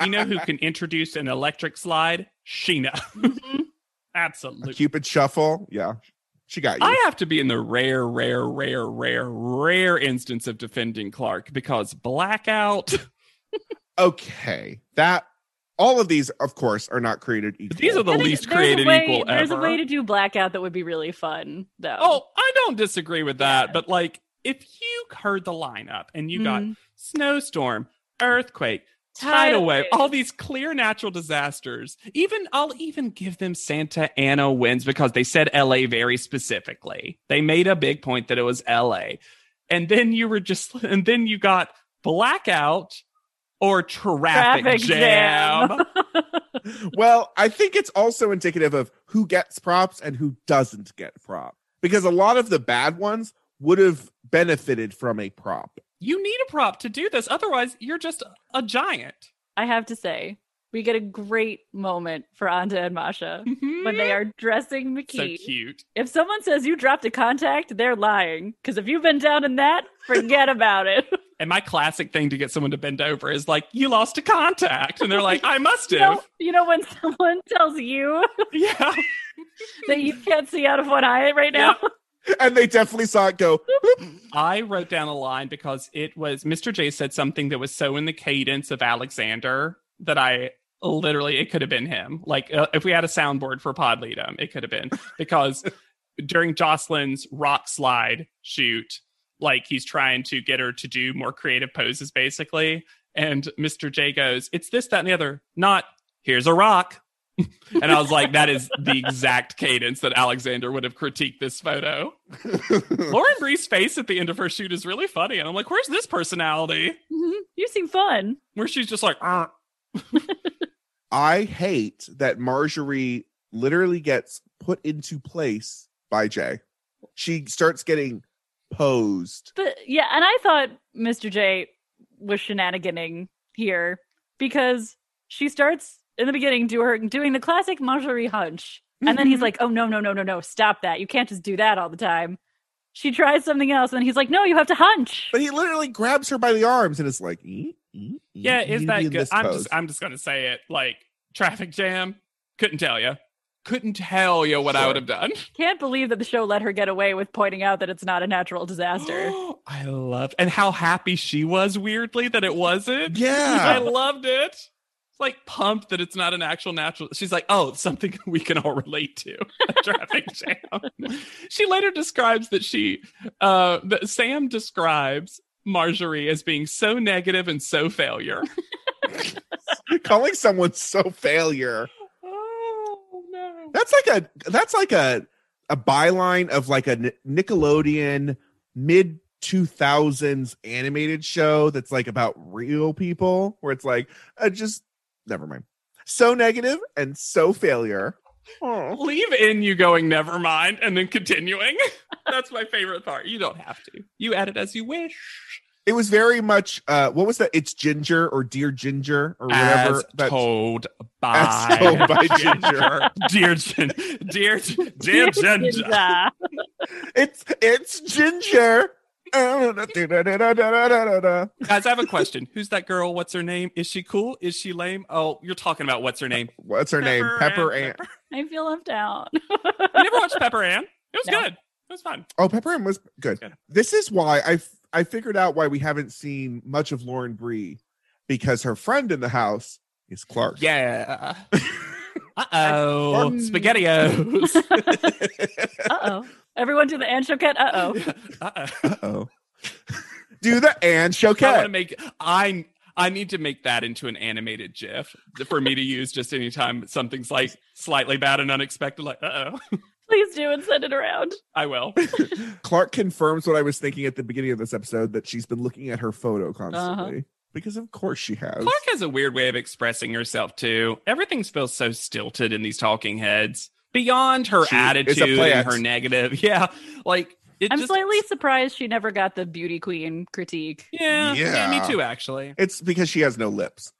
[SPEAKER 5] You know who can introduce an electric slide? Sheena.
[SPEAKER 6] A
[SPEAKER 5] Absolutely.
[SPEAKER 6] Cupid shuffle. Yeah, she got you.
[SPEAKER 5] I have to be in the rare, rare, rare, rare, rare instance of defending Clark because blackout.
[SPEAKER 6] okay, that all of these, of course, are not created equal.
[SPEAKER 5] These are the
[SPEAKER 4] I think
[SPEAKER 5] least
[SPEAKER 4] there's a
[SPEAKER 5] created
[SPEAKER 4] way-
[SPEAKER 5] equal
[SPEAKER 4] There's a
[SPEAKER 5] ever.
[SPEAKER 4] way to do blackout that would be really fun, though.
[SPEAKER 5] Oh, I don't disagree with that, but like if you heard the lineup and you got
[SPEAKER 4] Mhm.
[SPEAKER 5] snowstorm, earthquake, tidal wave, all these clear natural disasters, even I'll even give them Santa Ana winds because they said LA very specifically. They made a big point that it was LA. And then you were just and then you got blackout or traffic,
[SPEAKER 4] Traffic
[SPEAKER 5] jam.
[SPEAKER 4] jam.
[SPEAKER 6] well, I think it's also indicative of who gets props and who doesn't get prop because a lot of the bad ones would have benefited from a prop.
[SPEAKER 5] you need a prop to do this. Otherwise, you're just a giant.
[SPEAKER 4] I have to say, we get a great moment for Anda and Masha
[SPEAKER 5] Mhm.
[SPEAKER 4] when they are dressing
[SPEAKER 5] so
[SPEAKER 4] McKee.
[SPEAKER 5] cute.
[SPEAKER 4] if someone says you dropped a contact, they're lying. Because if you've been down in that, forget about it.
[SPEAKER 5] And my classic thing to get someone to bend over is like, you lost a contact. And they're like, I must
[SPEAKER 4] You know,
[SPEAKER 5] have.
[SPEAKER 4] you know when someone tells you
[SPEAKER 5] Yeah.
[SPEAKER 4] that you can't see out of one eye right now?
[SPEAKER 6] And they definitely saw it go.
[SPEAKER 5] I wrote down a line because it was Mr. J said something that was so in the cadence of Alexander that I literally, it could have been him. Like, uh, if we had a soundboard for Podleadum, it could have been because during Jocelyn's rock slide shoot, like he's trying to get her to do more creative poses, basically. And Mr. J goes, It's this, that, and the other, not here's a rock. and I was like, That is the exact cadence that Alexander would have critiqued this photo. Lauren Bree's face at the end of her shoot is really funny. And I'm like, where's this personality?
[SPEAKER 4] Mhm. You seem fun.
[SPEAKER 5] Where she's just like, "Ah, "Arr."
[SPEAKER 6] I hate that Marjorie literally gets put into place by Jay. She starts getting posed.
[SPEAKER 4] But yeah, and I thought Mr. J was shenaniganing here because she starts in the beginning do her doing the classic Marjorie hunch. And then he's like, Oh no, no, no, no, no, stop that. You can't just do that all the time. She tries something else, and he's like, No, you have to hunch.
[SPEAKER 6] But he literally grabs her by the arms and is like, "Eh, eh, eh,
[SPEAKER 5] yeah,
[SPEAKER 6] you need to
[SPEAKER 5] is
[SPEAKER 6] be
[SPEAKER 5] that
[SPEAKER 6] in
[SPEAKER 5] good?
[SPEAKER 6] this
[SPEAKER 5] I'm
[SPEAKER 6] pose."
[SPEAKER 5] just, I'm just gonna say it. Like traffic jam. Couldn't tell you. Couldn't tell you what I
[SPEAKER 6] Sure.
[SPEAKER 5] would have done.
[SPEAKER 4] Can't believe that the show let her get away with pointing out that it's not a natural disaster.
[SPEAKER 5] I loved and how happy she was weirdly that it wasn't. I
[SPEAKER 6] yeah.
[SPEAKER 5] loved it. It's like pumped that it's not an actual natural. She's like, oh, it's something we can all relate to. A traffic jam. she later describes that she, uh, that Sam describes Marjorie as being so negative and so failure.
[SPEAKER 6] Calling someone so failure.
[SPEAKER 5] oh no.
[SPEAKER 6] That's like a that's like a a byline of like a Ni- Nickelodeon mid 2000s animated show that's like about real people where it's like uh, just never mind so negative and so failure oh.
[SPEAKER 5] Leave in you going, never mind, and then continuing. That's my favorite part. You don't have to. You edit as you wish.
[SPEAKER 6] it was very much uh what was that it's ginger or dear ginger or whatever
[SPEAKER 5] as
[SPEAKER 6] that's
[SPEAKER 5] told by,
[SPEAKER 6] As told by Ginger.
[SPEAKER 5] dear Ginger, dear, Gin- dear Ginger.
[SPEAKER 4] Ginger.
[SPEAKER 6] it's it's ginger what's
[SPEAKER 5] Guys, I have a question. Who's that girl? What's her name? Is she cool? Is she lame? Oh, you're talking about what's her name?
[SPEAKER 6] her name pepper
[SPEAKER 5] Ann.
[SPEAKER 6] and
[SPEAKER 4] I feel left out.
[SPEAKER 5] You never watched Pepper Ann? It was
[SPEAKER 4] No.
[SPEAKER 5] good. It was fun.
[SPEAKER 6] Oh, Pepper Ann was good.
[SPEAKER 5] Good.
[SPEAKER 6] This is why I f- I figured out why we haven't seen much of Lauren Bree because her friend in the house is Clark.
[SPEAKER 5] Yeah. Uh oh. SpaghettiOs.
[SPEAKER 4] Uh oh. Everyone do the Ancho Cat. Uh oh.
[SPEAKER 5] Uh-oh.
[SPEAKER 6] oh. Do the and show
[SPEAKER 5] I want to
[SPEAKER 6] cat.
[SPEAKER 5] make I I need to make that into an animated GIF for me to use just anytime something's like slightly bad and unexpected. Like, uh oh,
[SPEAKER 4] Please do and send it around.
[SPEAKER 5] I will.
[SPEAKER 6] Clark confirms what I was thinking at the beginning of this episode that she's been looking at her photo constantly because of course she has.
[SPEAKER 5] Uh-huh. Clark has a weird way of expressing herself too. Everything feels so stilted in these talking heads. Beyond her
[SPEAKER 6] She is a
[SPEAKER 5] attitude and
[SPEAKER 6] plant.
[SPEAKER 5] her negative, yeah, like it
[SPEAKER 4] I'm
[SPEAKER 5] just.
[SPEAKER 4] slightly surprised she never got the beauty queen critique.
[SPEAKER 5] yeah, yeah,
[SPEAKER 6] Yeah.
[SPEAKER 5] me too. Actually,
[SPEAKER 6] It's because she has no lips.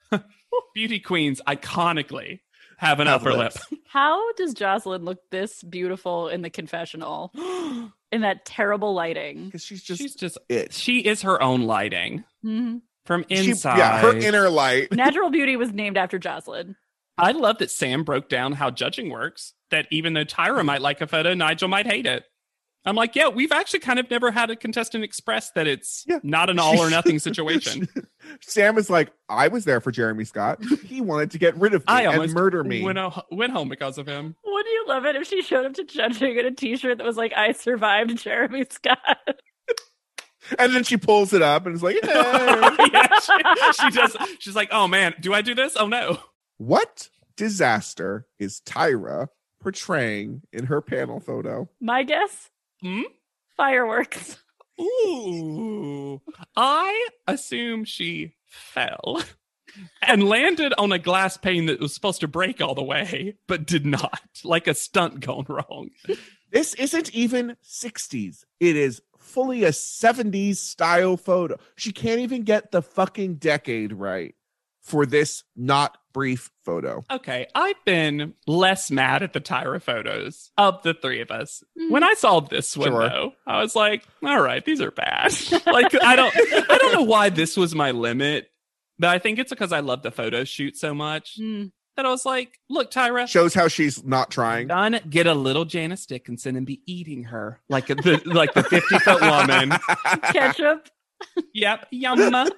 [SPEAKER 5] beauty queens iconically have an
[SPEAKER 6] Have
[SPEAKER 5] upper
[SPEAKER 6] lips.
[SPEAKER 4] How does Jocelyn look this beautiful in the confessional
[SPEAKER 5] lip.
[SPEAKER 4] in that terrible lighting?
[SPEAKER 6] Because she's just
[SPEAKER 5] She's just
[SPEAKER 6] it.
[SPEAKER 5] she is her own lighting
[SPEAKER 4] Mhm.
[SPEAKER 5] from
[SPEAKER 6] She-
[SPEAKER 5] inside.
[SPEAKER 6] yeah, her inner light.
[SPEAKER 4] Natural Beauty was named after Jocelyn.
[SPEAKER 5] I love that Sam broke down how judging works, that even though Tyra might like a photo, Nigel might hate it. I'm like, yeah, we've actually kind of never had a contestant express that it's
[SPEAKER 6] Yeah.
[SPEAKER 5] not an all or nothing situation.
[SPEAKER 6] Sam is like, I was there for Jeremy Scott. He wanted to get rid of me
[SPEAKER 5] I
[SPEAKER 6] and
[SPEAKER 5] almost
[SPEAKER 6] murder me.
[SPEAKER 5] Went, o- went home because of him.
[SPEAKER 4] Would you love it if she showed up to judging in a T-shirt that was like "I survived Jeremy Scott"?
[SPEAKER 6] And then she pulls it up and is like, "Hey."
[SPEAKER 5] yeah, she, she does. She's like, oh man, do I do this? Oh no.
[SPEAKER 6] What disaster is Tyra portraying in her panel photo?
[SPEAKER 4] My guess:
[SPEAKER 5] Hmm?
[SPEAKER 4] fireworks.
[SPEAKER 5] Ooh. I assume she fell and landed on a glass pane that was supposed to break all the way, but did not, like a stunt gone wrong.
[SPEAKER 6] This isn't even 60s. It is fully a 70s style photo. She can't even get the fucking decade right for this not brief photo.
[SPEAKER 5] Okay, I've been less mad at the Tyra photos of the three of us.
[SPEAKER 4] Mm.
[SPEAKER 5] When I saw this one
[SPEAKER 6] Sure.
[SPEAKER 5] though, I was like, all right, these are bad. like I don't I don't know why this was my limit, but I think it's because I love the photo shoot so much
[SPEAKER 4] Mm.
[SPEAKER 5] that I was like, look, Tyra,
[SPEAKER 6] Shows how she's not trying.
[SPEAKER 5] done get a little Janice Dickinson and be eating her like the like the 50 foot woman.
[SPEAKER 4] Ketchup.
[SPEAKER 5] yep, yum.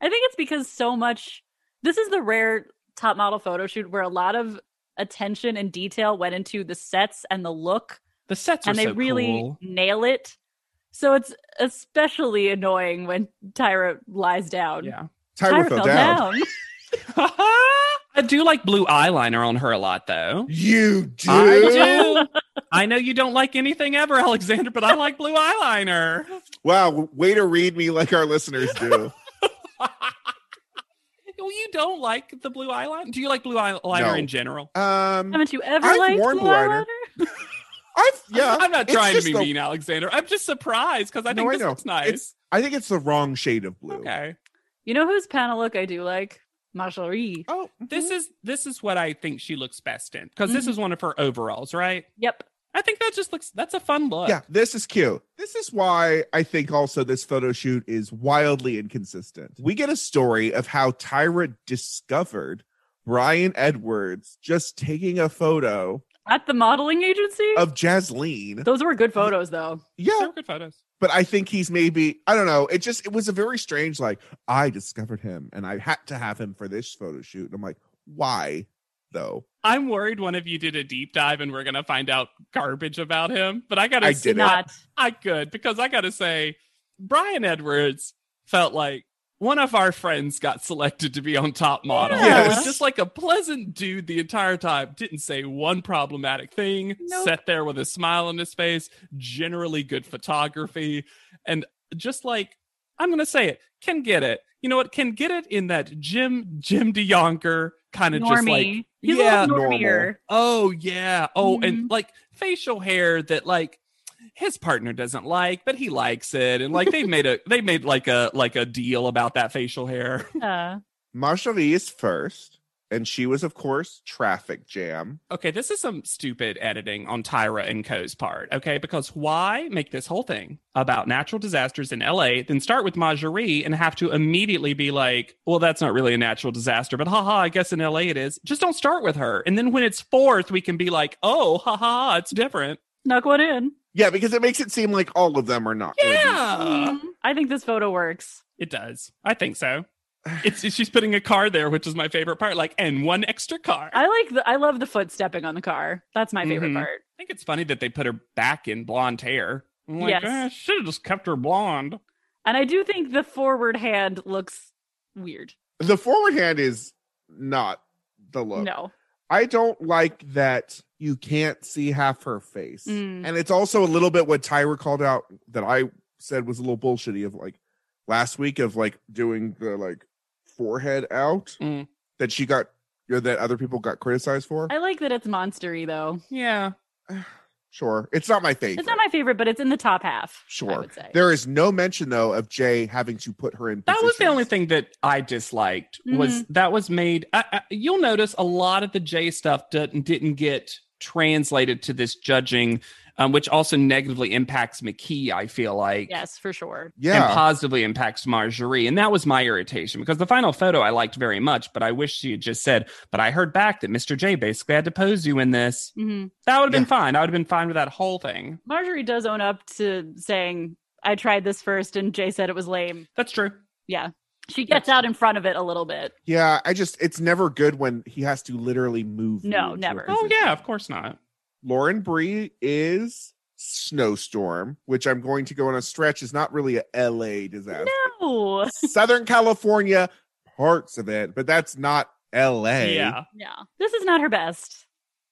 [SPEAKER 4] I think it's because so much. This is the rare top model photo shoot where a lot of attention and detail went into the sets and the look
[SPEAKER 5] The sets are
[SPEAKER 4] and they
[SPEAKER 5] so
[SPEAKER 4] really
[SPEAKER 5] cool.
[SPEAKER 4] nail it. So it's especially annoying when Tyra lies down.
[SPEAKER 5] Yeah.
[SPEAKER 6] Tyra, fell, down.
[SPEAKER 5] I do like blue eyeliner on her a lot though.
[SPEAKER 6] You do.
[SPEAKER 5] I do. I know you don't like anything ever, Alexander, but I like blue eyeliner.
[SPEAKER 6] Wow, way to read me like our listeners do.
[SPEAKER 5] well, you don't like the blue eyeliner. Do you like blue eyeliner
[SPEAKER 6] No.
[SPEAKER 5] in general?
[SPEAKER 6] Um
[SPEAKER 4] Haven't you ever
[SPEAKER 6] I've
[SPEAKER 4] liked
[SPEAKER 6] worn
[SPEAKER 4] blue
[SPEAKER 6] blue eyeliner.
[SPEAKER 4] eyeliner?
[SPEAKER 6] I've yeah.
[SPEAKER 5] I'm not
[SPEAKER 6] it's
[SPEAKER 5] trying to
[SPEAKER 6] just
[SPEAKER 5] be
[SPEAKER 6] the-
[SPEAKER 5] mean, Alexander. I'm just surprised because I
[SPEAKER 6] No,
[SPEAKER 5] think
[SPEAKER 6] I
[SPEAKER 5] this
[SPEAKER 6] know.
[SPEAKER 5] looks nice.
[SPEAKER 6] It's- I think it's the wrong shade of blue.
[SPEAKER 5] okay.
[SPEAKER 4] You know whose panel look I do like? Marjorie.
[SPEAKER 6] Oh,
[SPEAKER 5] This is this is what I think she looks best in because
[SPEAKER 6] Mm-hmm.
[SPEAKER 5] this is one of her overalls, right?
[SPEAKER 4] Yep.
[SPEAKER 5] I think that just looks that's a fun look.
[SPEAKER 6] yeah, this is cute. This is why I think also this photo shoot is wildly inconsistent. We get a story of how Tyra discovered Brian Edwards just taking a photo
[SPEAKER 4] At the modeling agency?
[SPEAKER 6] of Jasmine.
[SPEAKER 4] Those were good photos though.
[SPEAKER 5] They
[SPEAKER 6] Yeah,
[SPEAKER 5] were good photos.
[SPEAKER 6] but I think he's maybe I don't know. It just it was a very strange like I discovered him and I had to have him for this photo shoot. And I'm like, why though?
[SPEAKER 5] I'm worried one of you did a deep dive and we're gonna find out garbage about him. But I gotta
[SPEAKER 6] I
[SPEAKER 5] say-
[SPEAKER 6] did it.
[SPEAKER 4] Not
[SPEAKER 5] I could because I got to say, Brian Edwards felt like one of our friends got selected to be on top model.
[SPEAKER 4] Yeah.
[SPEAKER 5] It was just like a pleasant dude the entire time. Didn't say one problematic thing.
[SPEAKER 4] Nope.
[SPEAKER 5] Sat there with a smile on his face. Generally good photography. And just like, I'm going to say it, can get it. You know what? Can get it in that Jim, Jim DeYonker kind of just like
[SPEAKER 4] Normie. He's
[SPEAKER 5] yeah,
[SPEAKER 4] a little normier.
[SPEAKER 5] Oh yeah. Oh, and like facial hair that like his partner doesn't like, but he likes it. And like they made a they made like a like a deal about that facial hair.
[SPEAKER 4] Yeah.
[SPEAKER 6] Marsha Lee is first, and she was, of course, traffic jam.
[SPEAKER 5] Okay, this is some stupid editing on Tyra and Co.'s part. Okay, because why make this whole thing about natural disasters in LA, then start with Marjorie and have to immediately be like, well, that's not really a natural disaster, but haha, I guess in LA it is. Just don't start with her. And then when it's fourth, we can be like, oh, haha, it's different.
[SPEAKER 4] Snuck one in.
[SPEAKER 6] Yeah, because it makes it seem like all of them are not. gonna be-
[SPEAKER 5] Yeah.
[SPEAKER 4] Mhm. I think this photo works.
[SPEAKER 5] It does. I think so. It's, it's- she's putting a car there, which is my favorite part. Like, and one extra car. I
[SPEAKER 4] I like the I love the foot stepping on the car. That's my favorite
[SPEAKER 5] Mhm.
[SPEAKER 4] part.
[SPEAKER 5] think it's funny that they put her back in blonde hair. I'm like,
[SPEAKER 4] Yes.
[SPEAKER 5] eh, should have just kept her blonde.
[SPEAKER 4] And I do think the forward hand looks weird.
[SPEAKER 6] The forward hand is not the look.
[SPEAKER 4] No.
[SPEAKER 6] I don't like that you can't see half her face.
[SPEAKER 4] Mm.
[SPEAKER 6] And it's also a little bit what Tyra called out that I said was a little bullshitty of like last week of like doing the like forehead out
[SPEAKER 5] Mm.
[SPEAKER 6] that she got or that other people got criticized for.
[SPEAKER 4] I like that it's monstery though.
[SPEAKER 5] Yeah.
[SPEAKER 6] sure. It's not my favorite.
[SPEAKER 4] It's not my favorite, but it's in the top half. I
[SPEAKER 6] sure.
[SPEAKER 4] would say.
[SPEAKER 6] There is no mention though of Jay having to put her in
[SPEAKER 5] That was the
[SPEAKER 6] positions.
[SPEAKER 5] only thing that I disliked was
[SPEAKER 4] Mm-hmm.
[SPEAKER 5] that was made. I, I, you'll notice a lot of the J stuff didn't didn't get translated to this judging, um, which also negatively impacts McKee. I feel like
[SPEAKER 4] yes, for sure.
[SPEAKER 6] Yeah.
[SPEAKER 5] and positively impacts Marjorie. And that was my irritation because the final photo I liked very much, but I wish she had just said, But I heard back that Mr. J basically had to pose you in this.
[SPEAKER 4] hmm
[SPEAKER 5] That would have been
[SPEAKER 6] Yeah.
[SPEAKER 5] fine. I would have been fine with that whole thing.
[SPEAKER 4] Marjorie does own up to saying, I tried this first and Jay said it was lame.
[SPEAKER 5] That's true.
[SPEAKER 4] Yeah. She gets out in front of it a little bit.
[SPEAKER 6] yeah, I just it's never good when he has to literally move. you into
[SPEAKER 4] No,
[SPEAKER 6] a
[SPEAKER 4] never.
[SPEAKER 5] Oh,
[SPEAKER 6] position.
[SPEAKER 5] yeah, of course not.
[SPEAKER 6] Lauren Bree is Snowstorm, which I'm going to go on a stretch is not really a LA disaster.
[SPEAKER 4] No.
[SPEAKER 6] Southern California, parts of it, but that's not LA.
[SPEAKER 5] Yeah.
[SPEAKER 4] Yeah. This is not her best.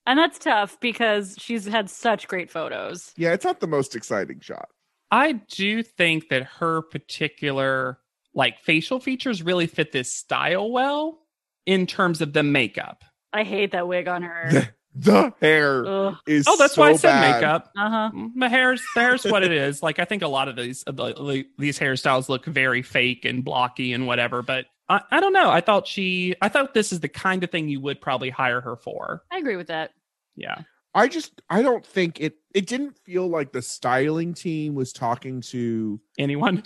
[SPEAKER 4] And that's tough because she's had such great photos.
[SPEAKER 6] Yeah, it's not the most exciting shot.
[SPEAKER 5] I do think that her particular like facial features really fit this style well in terms of the makeup.
[SPEAKER 4] I hate that wig on her.
[SPEAKER 6] The hair
[SPEAKER 4] Ugh.
[SPEAKER 6] is
[SPEAKER 5] Oh, that's
[SPEAKER 6] so
[SPEAKER 5] why I said
[SPEAKER 6] bad.
[SPEAKER 5] makeup.
[SPEAKER 4] Uh-huh.
[SPEAKER 5] Mm, the hair's the hair's what it is. Like I think a lot of these of the- the- these hairstyles look very fake and blocky and whatever. But I, I don't know. I thought she. I thought this is the kind of thing you would probably hire her for.
[SPEAKER 4] I agree with that.
[SPEAKER 5] Yeah.
[SPEAKER 6] I just I don't think it it didn't feel like the styling team was talking to
[SPEAKER 5] Anyone?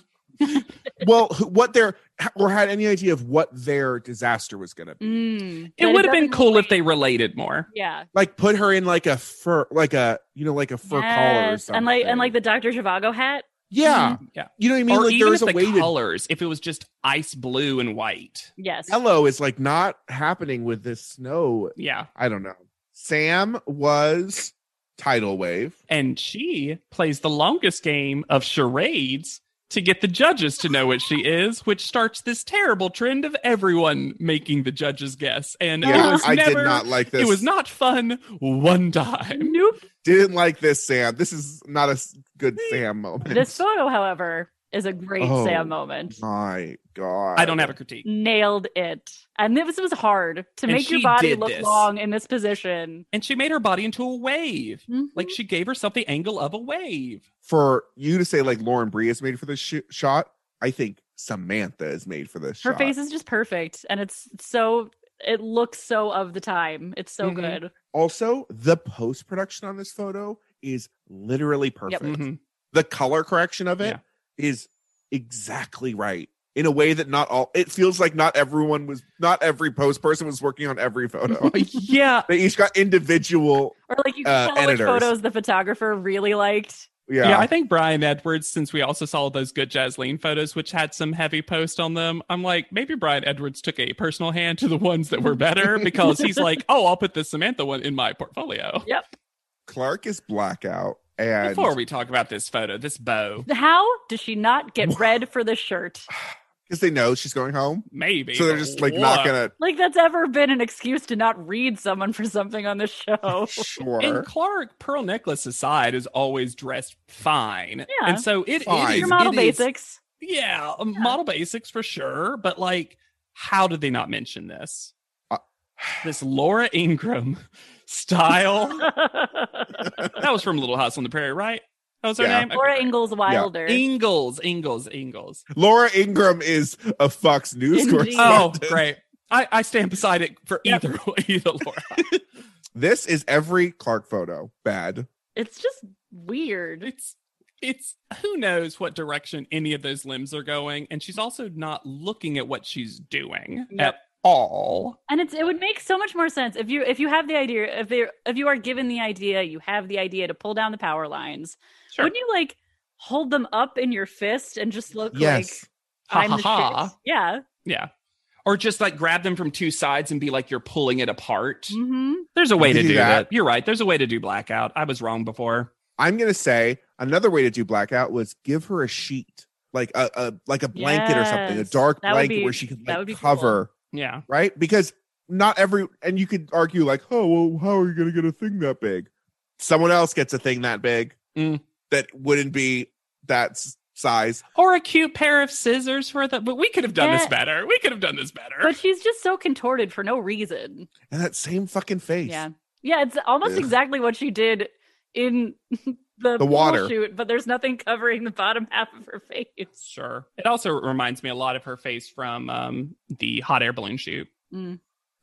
[SPEAKER 6] well who- what their or had any idea of what their disaster was going to be.
[SPEAKER 4] Mm.
[SPEAKER 5] It
[SPEAKER 4] But
[SPEAKER 5] would have been
[SPEAKER 4] doesn't
[SPEAKER 5] cool if
[SPEAKER 4] really-
[SPEAKER 5] they related more.
[SPEAKER 4] Yeah.
[SPEAKER 6] Like put her in like a fur like a you know like a fur collar or
[SPEAKER 4] Yes.
[SPEAKER 6] something.
[SPEAKER 4] And like and like the Dr. Zhivago hat.
[SPEAKER 6] Yeah.
[SPEAKER 5] Yeah.
[SPEAKER 6] You know what I mean?
[SPEAKER 5] Mm-hmm. or
[SPEAKER 6] like
[SPEAKER 5] even
[SPEAKER 6] there was
[SPEAKER 5] if
[SPEAKER 6] a
[SPEAKER 5] the
[SPEAKER 6] way to
[SPEAKER 5] colors, if it was just ice blue and white.
[SPEAKER 4] Yes.
[SPEAKER 6] yellow is like not happening with this snow.
[SPEAKER 5] Yeah.
[SPEAKER 6] I don't know. Sam was tidal wave.
[SPEAKER 5] And she plays the longest game of charades to get the judges to know what she is, which starts this terrible trend of everyone making the judges guess. And it
[SPEAKER 6] Yeah,
[SPEAKER 5] was
[SPEAKER 6] I
[SPEAKER 5] never,
[SPEAKER 6] did not like this.
[SPEAKER 5] It was not fun one time.
[SPEAKER 4] Nope.
[SPEAKER 6] Didn't like this, Sam. This is not a s- good Sam moment.
[SPEAKER 4] This photo, however, is a great
[SPEAKER 6] Oh.
[SPEAKER 4] Sam moment.
[SPEAKER 6] My God.
[SPEAKER 5] I don't have a critique.
[SPEAKER 4] Nailed it. And this was hard to
[SPEAKER 5] And
[SPEAKER 4] make your
[SPEAKER 5] she
[SPEAKER 4] body
[SPEAKER 5] did
[SPEAKER 4] look
[SPEAKER 5] this.
[SPEAKER 4] long in this position.
[SPEAKER 5] And she made her body into a wave.
[SPEAKER 4] Mhm.
[SPEAKER 5] Like she gave herself the angle of a wave.
[SPEAKER 6] for you to say like Lauren Bree is made for this sh- shot. I think Samantha is made for this.
[SPEAKER 4] her
[SPEAKER 6] shot.
[SPEAKER 4] face is just perfect and it's so it looks so of the time. It's so
[SPEAKER 5] Mhm.
[SPEAKER 4] good.
[SPEAKER 6] Also, the post production on this photo is literally perfect.
[SPEAKER 5] Mhm.
[SPEAKER 6] the color correction of it is exactly right in a way that not all it feels like not everyone was not every post person was working on every photo
[SPEAKER 5] yeah.
[SPEAKER 6] they each got individual
[SPEAKER 4] Or like you can
[SPEAKER 6] Uh,
[SPEAKER 4] tell which
[SPEAKER 6] editors.
[SPEAKER 4] photos the photographer really liked.
[SPEAKER 6] yeah,
[SPEAKER 5] yeah. I think Brian Edwards, since we also saw those good Jasleen photos, which had some heavy post on them, I'm like, maybe Brian Edwards took a personal hand to the ones that were better because he's like, oh, I'll put this Samantha one in my portfolio.
[SPEAKER 4] Yep.
[SPEAKER 6] clark is blackout and
[SPEAKER 5] Before we talk about this photo, this bow.
[SPEAKER 4] How does she not get red for the shirt?
[SPEAKER 6] because they know she's going home.
[SPEAKER 5] Maybe.
[SPEAKER 6] So they're
[SPEAKER 5] but
[SPEAKER 6] just like not
[SPEAKER 5] what?
[SPEAKER 6] gonna
[SPEAKER 4] Like that's ever been an excuse to not read someone for something on the show.
[SPEAKER 6] sure.
[SPEAKER 5] And Clark, pearl necklace aside, is always dressed fine.
[SPEAKER 4] Yeah.
[SPEAKER 5] And so it, it
[SPEAKER 6] Fine.
[SPEAKER 5] is
[SPEAKER 4] Your model
[SPEAKER 5] it is-
[SPEAKER 4] basics.
[SPEAKER 5] yeah, um, model basics for sure. But like, how did they not mention this?
[SPEAKER 6] Uh,
[SPEAKER 5] this Laura Ingram style. that was from Little House on the Prairie, right? That was her
[SPEAKER 6] Yeah.
[SPEAKER 5] name? Okay,
[SPEAKER 4] Laura
[SPEAKER 5] great.
[SPEAKER 4] Ingalls Wilder.
[SPEAKER 5] Ingalls, Ingalls, Ingalls.
[SPEAKER 6] Laura Ingram is a Fox News
[SPEAKER 4] Indeed.
[SPEAKER 6] correspondent.
[SPEAKER 5] Oh, great. I, I stand beside it for
[SPEAKER 4] Yep.
[SPEAKER 5] either either Laura. Oh.
[SPEAKER 6] This is every Clark photo. Bad.
[SPEAKER 4] It's just weird.
[SPEAKER 5] It's it's who knows what direction any of those limbs are going, and she's also not looking at what she's doing
[SPEAKER 4] Yep.
[SPEAKER 5] at all.
[SPEAKER 4] And it's it would make so much more sense if you if you have the idea if they if you are given the idea, you have the idea to pull down the power lines.
[SPEAKER 5] Sure.
[SPEAKER 4] Wouldn't you like hold them up in your fist and just look
[SPEAKER 6] Yes.
[SPEAKER 5] Ha
[SPEAKER 4] like
[SPEAKER 5] ha
[SPEAKER 4] I'm the
[SPEAKER 5] ha.
[SPEAKER 4] shit? Yeah.
[SPEAKER 5] Yeah. Or just like grab them from two sides and be like you're pulling it apart.
[SPEAKER 4] hmm
[SPEAKER 5] There's a way
[SPEAKER 6] You
[SPEAKER 5] to
[SPEAKER 6] can
[SPEAKER 5] do
[SPEAKER 6] do
[SPEAKER 5] that.
[SPEAKER 6] that.
[SPEAKER 5] You're right. There's a way to do blackout. I was wrong before.
[SPEAKER 6] I'm gonna say another way to do blackout was give her a sheet, like a, a like a blanket or something, a
[SPEAKER 4] Yes.
[SPEAKER 6] dark
[SPEAKER 4] That would
[SPEAKER 6] blanket
[SPEAKER 4] be-
[SPEAKER 6] where she could
[SPEAKER 4] that would
[SPEAKER 6] like
[SPEAKER 4] be
[SPEAKER 6] cover,
[SPEAKER 5] Yeah.
[SPEAKER 6] right? Because not every and you could argue like, oh, well, how are you gonna get a thing that big? Someone else gets a thing that big
[SPEAKER 5] Mm.
[SPEAKER 6] that wouldn't be that s- size.
[SPEAKER 5] Or a cute pair of scissors for the but we could have done this
[SPEAKER 4] Yeah.
[SPEAKER 5] better. We could have done this better.
[SPEAKER 4] But she's just so contorted for no reason.
[SPEAKER 6] And that same fucking face.
[SPEAKER 4] Yeah. Yeah, it's almost
[SPEAKER 6] Ugh.
[SPEAKER 4] exactly what she did in the, pool
[SPEAKER 6] water.
[SPEAKER 4] shoot, but there's nothing covering the bottom half of her face.
[SPEAKER 5] Sure. It also reminds me a lot of her face from um, the hot air balloon shoot.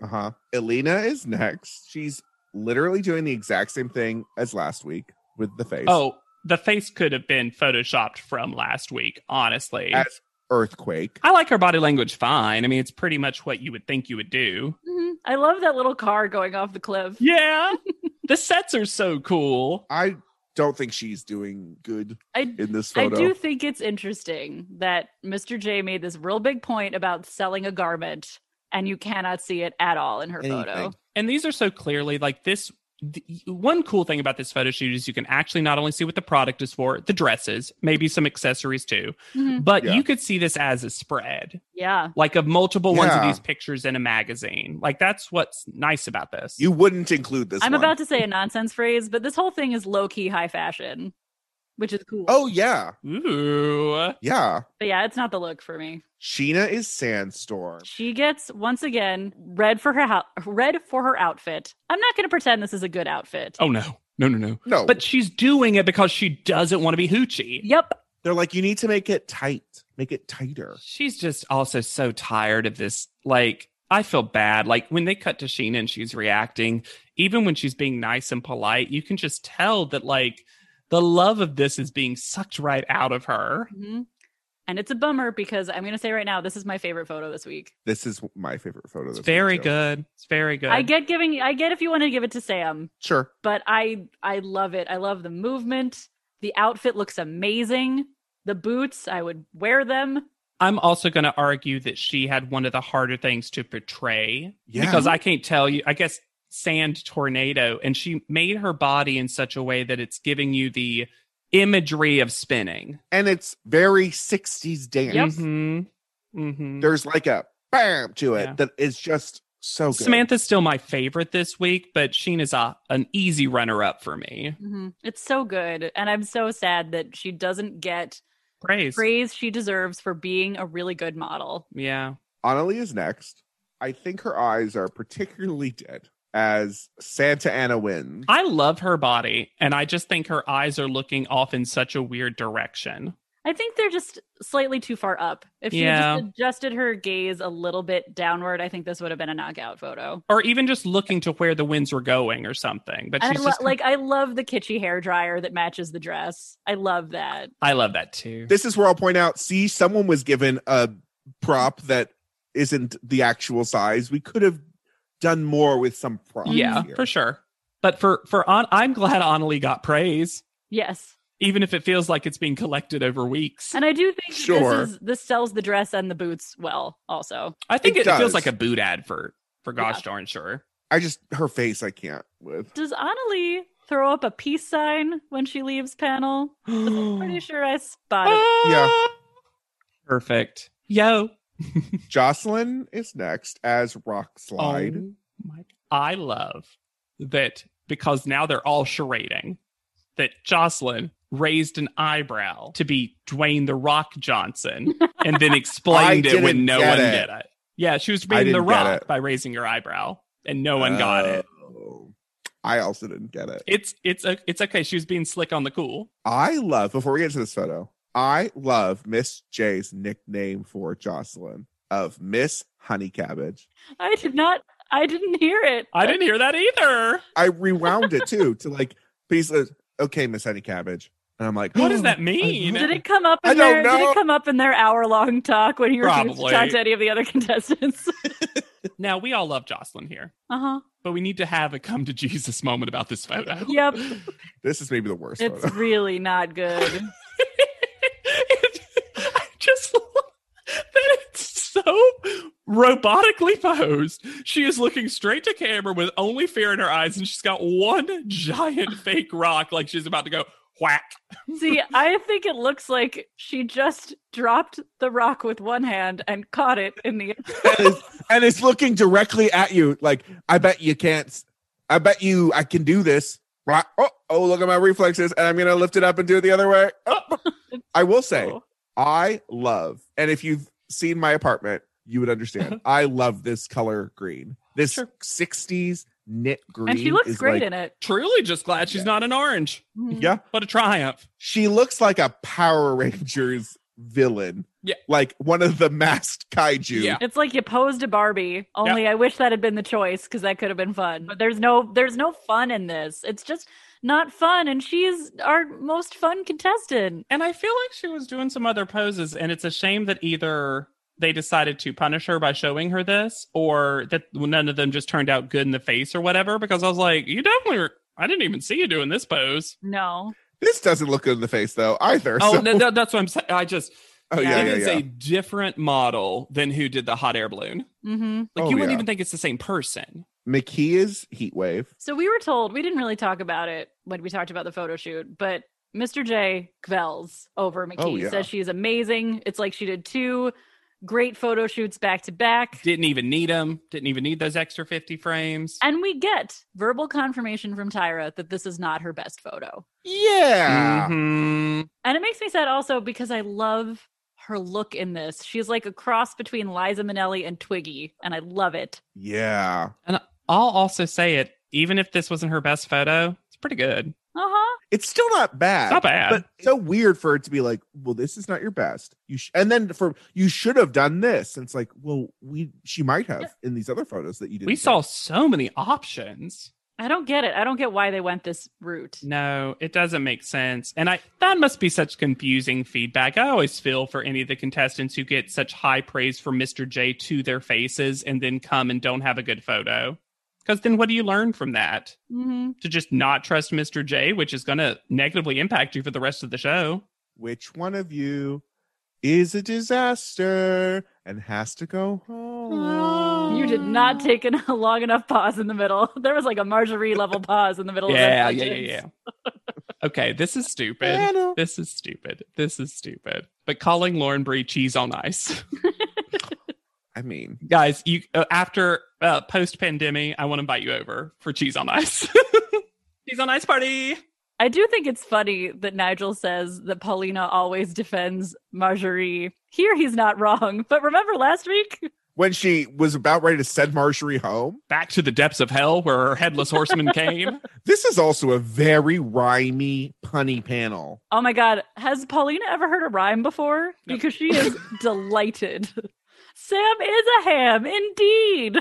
[SPEAKER 6] Uh-huh. Elena is next. She's literally doing the exact same thing as last week with the face.
[SPEAKER 5] Oh, the face could have been photoshopped from last week, honestly.
[SPEAKER 6] as earthquake.
[SPEAKER 5] I like her body language fine. I mean, it's pretty much what you would think you would do.
[SPEAKER 4] Mhm. I love that little car going off the cliff.
[SPEAKER 5] Yeah. the sets are so cool.
[SPEAKER 6] I don't think she's doing good
[SPEAKER 4] I
[SPEAKER 6] in this
[SPEAKER 4] I
[SPEAKER 6] photo.
[SPEAKER 4] do think it's interesting that Mr. J made this real big point about selling a garment and you cannot see it at all in her photo.
[SPEAKER 6] Anything.
[SPEAKER 5] And these are so clearly like this. The, one cool thing about this photo shoot is you can actually not only see what the product is for, the dresses, maybe some accessories too,
[SPEAKER 4] Mhm.
[SPEAKER 5] but
[SPEAKER 6] Yeah.
[SPEAKER 5] you could see this as a spread.
[SPEAKER 4] Yeah.
[SPEAKER 5] like of multiple ones of
[SPEAKER 6] Yeah.
[SPEAKER 5] these pictures in a magazine. Like that's what's nice about this.
[SPEAKER 6] You wouldn't include this.
[SPEAKER 4] I'm
[SPEAKER 6] one.
[SPEAKER 4] about to say a nonsense phrase, but this whole thing is low key high fashion, which is cool.
[SPEAKER 6] Oh yeah,
[SPEAKER 5] Ooh.
[SPEAKER 6] yeah.
[SPEAKER 4] But yeah, it's not the look for me.
[SPEAKER 6] Sheena is Sandstorm.
[SPEAKER 4] She gets once again red for her ho- red for her outfit. I'm not going to pretend this is a good outfit.
[SPEAKER 5] Oh no. No, no, no.
[SPEAKER 6] No,
[SPEAKER 5] But
[SPEAKER 6] but
[SPEAKER 5] she's doing it because she doesn't want to be hoochie.
[SPEAKER 4] Yep.
[SPEAKER 6] they're like, you need to make it tight. Make it tighter.
[SPEAKER 5] She's just also so tired of this. Like, I feel bad. Like when they cut to Sheena and she's reacting, even when she's being nice and polite, you can just tell that like the love of this is being sucked right out of her.
[SPEAKER 4] Mhm. And it's a bummer because I'm going to say right now this is my favorite photo this week.
[SPEAKER 6] This is my favorite photo. this
[SPEAKER 5] It's
[SPEAKER 6] week,
[SPEAKER 5] very
[SPEAKER 6] too.
[SPEAKER 5] good. It's very good.
[SPEAKER 4] I get giving I get if you want to give it to Sam,
[SPEAKER 6] Sure.
[SPEAKER 4] but I I love it. I love the movement. The outfit looks amazing. The boots, I would wear them.
[SPEAKER 5] I'm also going to argue that she had one of the harder things to portray
[SPEAKER 6] Yeah.
[SPEAKER 5] because I can't tell you. I guess sand tornado, and she made her body in such a way that it's giving you the imagery of spinning.
[SPEAKER 6] And it's very '60s dance.
[SPEAKER 5] hmm hmm
[SPEAKER 6] There's like a bam to it
[SPEAKER 5] Yeah.
[SPEAKER 6] that is just so good.
[SPEAKER 5] Samantha's still my favorite this week, but Sheena's a, an easy runner up for me.
[SPEAKER 4] Mhm. It's so good, and I'm so sad that she doesn't get
[SPEAKER 5] Praise.
[SPEAKER 4] praise she deserves for being a really good model.
[SPEAKER 5] Yeah.
[SPEAKER 6] Annalie is next. I think her eyes are particularly dead as Santa Ana wins.
[SPEAKER 5] I love her body, and I just think her eyes are looking off in such a weird direction.
[SPEAKER 4] I think they're just slightly too far up. If she had just adjusted her gaze a little bit downward, I think this would have been a knockout photo.
[SPEAKER 5] Or even just looking to where the winds were going or something. But she's
[SPEAKER 4] And I lo-
[SPEAKER 5] just
[SPEAKER 4] like I love the kitschy hair dryer that matches the dress. I love that.
[SPEAKER 5] I love that too.
[SPEAKER 6] this is where I'll point out see, someone was given a prop that isn't the actual size. We could have done more with some props.
[SPEAKER 5] yeah,
[SPEAKER 6] here.
[SPEAKER 5] for sure. But for for on, I'm glad Annalie got praise,
[SPEAKER 4] Yes.
[SPEAKER 5] even if it feels like it's being collected over weeks.
[SPEAKER 4] And I do think that
[SPEAKER 6] Sure.
[SPEAKER 4] this is this sells the dress and the boots well also.
[SPEAKER 5] I think
[SPEAKER 6] It
[SPEAKER 5] it, it feels
[SPEAKER 6] does.
[SPEAKER 5] like a boot ad for for gosh
[SPEAKER 4] Yeah.
[SPEAKER 5] darn sure.
[SPEAKER 6] I just her face I can't with.
[SPEAKER 4] Does Annalie throw up a peace sign when she leaves panel? I'm pretty sure I spotted it.
[SPEAKER 6] Yeah.
[SPEAKER 5] Perfect. Yo.
[SPEAKER 6] Jocelyn is next as Rock Slide.
[SPEAKER 5] Oh my- I love that because now they're all charading that Jocelyn raised an eyebrow to be Dwayne the Rock Johnson and then explained
[SPEAKER 6] I
[SPEAKER 5] it when
[SPEAKER 6] didn't
[SPEAKER 5] no
[SPEAKER 6] get
[SPEAKER 5] one
[SPEAKER 6] it.
[SPEAKER 5] did it. Yeah, she was
[SPEAKER 6] I
[SPEAKER 5] being the
[SPEAKER 6] didn't get
[SPEAKER 5] rock
[SPEAKER 6] it.
[SPEAKER 5] by raising her eyebrow and no one got it.
[SPEAKER 6] Oh. I also didn't get it.
[SPEAKER 5] It's it's o- it's okay. She was being slick on the cool.
[SPEAKER 6] I love, before we get to this photo, I love Miss J's nickname for Jocelyn of Miss Honey Cabbage.
[SPEAKER 4] I did not. I didn't hear it.
[SPEAKER 5] I didn't hear that either.
[SPEAKER 6] I rewound it too to like, please, uh, okay, Miss Honey Cabbage. And I'm like, "Oh,
[SPEAKER 5] What does that
[SPEAKER 6] mean?
[SPEAKER 5] mean?
[SPEAKER 4] Did it come up? In
[SPEAKER 6] I don't
[SPEAKER 4] their, Did
[SPEAKER 6] know.
[SPEAKER 4] it come up in their hour-long talk when he refused to
[SPEAKER 5] Probably.
[SPEAKER 4] talk to any of the other contestants?
[SPEAKER 5] Now we all love Jocelyn here,
[SPEAKER 4] uh huh.
[SPEAKER 5] but we need to have a come to Jesus moment about this photo.
[SPEAKER 4] Yep.
[SPEAKER 6] This is maybe the worst
[SPEAKER 4] It's
[SPEAKER 6] photo.
[SPEAKER 4] really not good.
[SPEAKER 5] I just love that it's so robotically posed. She is looking straight to camera with only fear in her eyes, and she's got one giant fake rock like she's about to go whack.
[SPEAKER 4] See, I think it looks like she just dropped the rock with one hand and caught it in the.
[SPEAKER 6] and, it's, and it's looking directly at you. Like, I bet you can't. s- I bet you I can do this. Right. Oh, oh, look at my reflexes, and I'm gonna lift it up and do it the other way. Oh. I will say, I love, and if you've seen my apartment, you would understand. I love this color green. This
[SPEAKER 5] Sure.
[SPEAKER 6] '60s knit green.
[SPEAKER 4] And she looks
[SPEAKER 6] is
[SPEAKER 4] great
[SPEAKER 6] like-
[SPEAKER 4] in it.
[SPEAKER 5] Truly just glad she's not an orange.
[SPEAKER 4] Mhm.
[SPEAKER 6] Yeah,
[SPEAKER 5] What a triumph.
[SPEAKER 6] she looks like a Power Rangers villain.
[SPEAKER 5] Yeah.
[SPEAKER 6] like one of the masked kaiju.
[SPEAKER 5] Yeah.
[SPEAKER 4] It's like you posed a Barbie. Only I wish that had been the choice because that could have been fun. But there's no there's no fun in this. It's just not fun. And she's our most fun contestant.
[SPEAKER 5] And I feel like she was doing some other poses, and it's a shame that either they decided to punish her by showing her this, or that none of them just turned out good in the face or whatever. Because I was like, you definitely, were, I didn't even see you doing this pose.
[SPEAKER 4] No.
[SPEAKER 6] This doesn't look good in the face though either.
[SPEAKER 5] Oh,
[SPEAKER 6] so-
[SPEAKER 5] no, no, that's what I'm saying. I just
[SPEAKER 6] oh
[SPEAKER 4] yeah,
[SPEAKER 5] it is a different model than who did the hot air balloon.
[SPEAKER 4] Mm-hmm.
[SPEAKER 5] Like
[SPEAKER 6] Oh,
[SPEAKER 5] you wouldn't
[SPEAKER 6] yeah.
[SPEAKER 5] even think it's the same person.
[SPEAKER 6] Makia's heat wave.
[SPEAKER 4] So we were told we didn't really talk about it when we talked about the photo shoot, but Mr. J Kvells over McKee
[SPEAKER 6] Oh, yeah.
[SPEAKER 4] says she's amazing. It's like she did two great photo shoots back to back.
[SPEAKER 5] Didn't even need them. Didn't even need those extra fifty frames.
[SPEAKER 4] And we get verbal confirmation from Tyra that this is not her best photo.
[SPEAKER 6] Yeah.
[SPEAKER 5] Mhm.
[SPEAKER 4] And it makes me sad also because I love her look in this. She's like a cross between Liza Minnelli and Twiggy, and I love it.
[SPEAKER 6] Yeah.
[SPEAKER 5] I'll also say it. Even if this wasn't her best photo, it's pretty good.
[SPEAKER 4] Uh huh.
[SPEAKER 6] It's still not bad.
[SPEAKER 5] It's not bad.
[SPEAKER 6] But so weird for it to be like, well, this is not your best. You sh-. and then for you should have done this. And it's like, well, we she might have in these other photos that you did.
[SPEAKER 5] we saw so many options.
[SPEAKER 4] I don't get it. I don't get why they went this route.
[SPEAKER 5] No, it doesn't make sense. And I that must be such confusing feedback. I always feel for any of the contestants who get such high praise from Mr. J to their faces and then come and don't have a good photo. Because then what do you learn from that?
[SPEAKER 4] Mm-hmm.
[SPEAKER 5] To just not trust Mr. J, which is going to negatively impact you for the rest of the show.
[SPEAKER 6] Which one of you is a disaster and has to go
[SPEAKER 5] Ah.
[SPEAKER 6] home?
[SPEAKER 4] You did not take an- a long enough pause in the middle. There was like a Marjorie level pause in the middle
[SPEAKER 5] Yeah,
[SPEAKER 4] of that
[SPEAKER 5] yeah, yeah,
[SPEAKER 4] sentence.
[SPEAKER 5] yeah. okay, this is stupid.
[SPEAKER 6] Anna.
[SPEAKER 5] This is stupid. This is stupid. But calling Lauren Brie cheese on ice.
[SPEAKER 6] I mean,
[SPEAKER 5] guys you uh, after uh, post pandemic i want to invite you over for cheese on ice cheese on ice party
[SPEAKER 4] I do think it's funny that Nigel says that Paulina always defends Marjorie. Here he's not wrong, but remember last week?
[SPEAKER 6] when she was about ready to send Marjorie home,
[SPEAKER 5] back to the depths of hell where her headless horseman came
[SPEAKER 6] this is also a very rhymey, punny panel.
[SPEAKER 4] Oh my God. Has Paulina ever heard a rhyme before?
[SPEAKER 5] No.
[SPEAKER 4] Because she is delighted. Sam is a ham, indeed.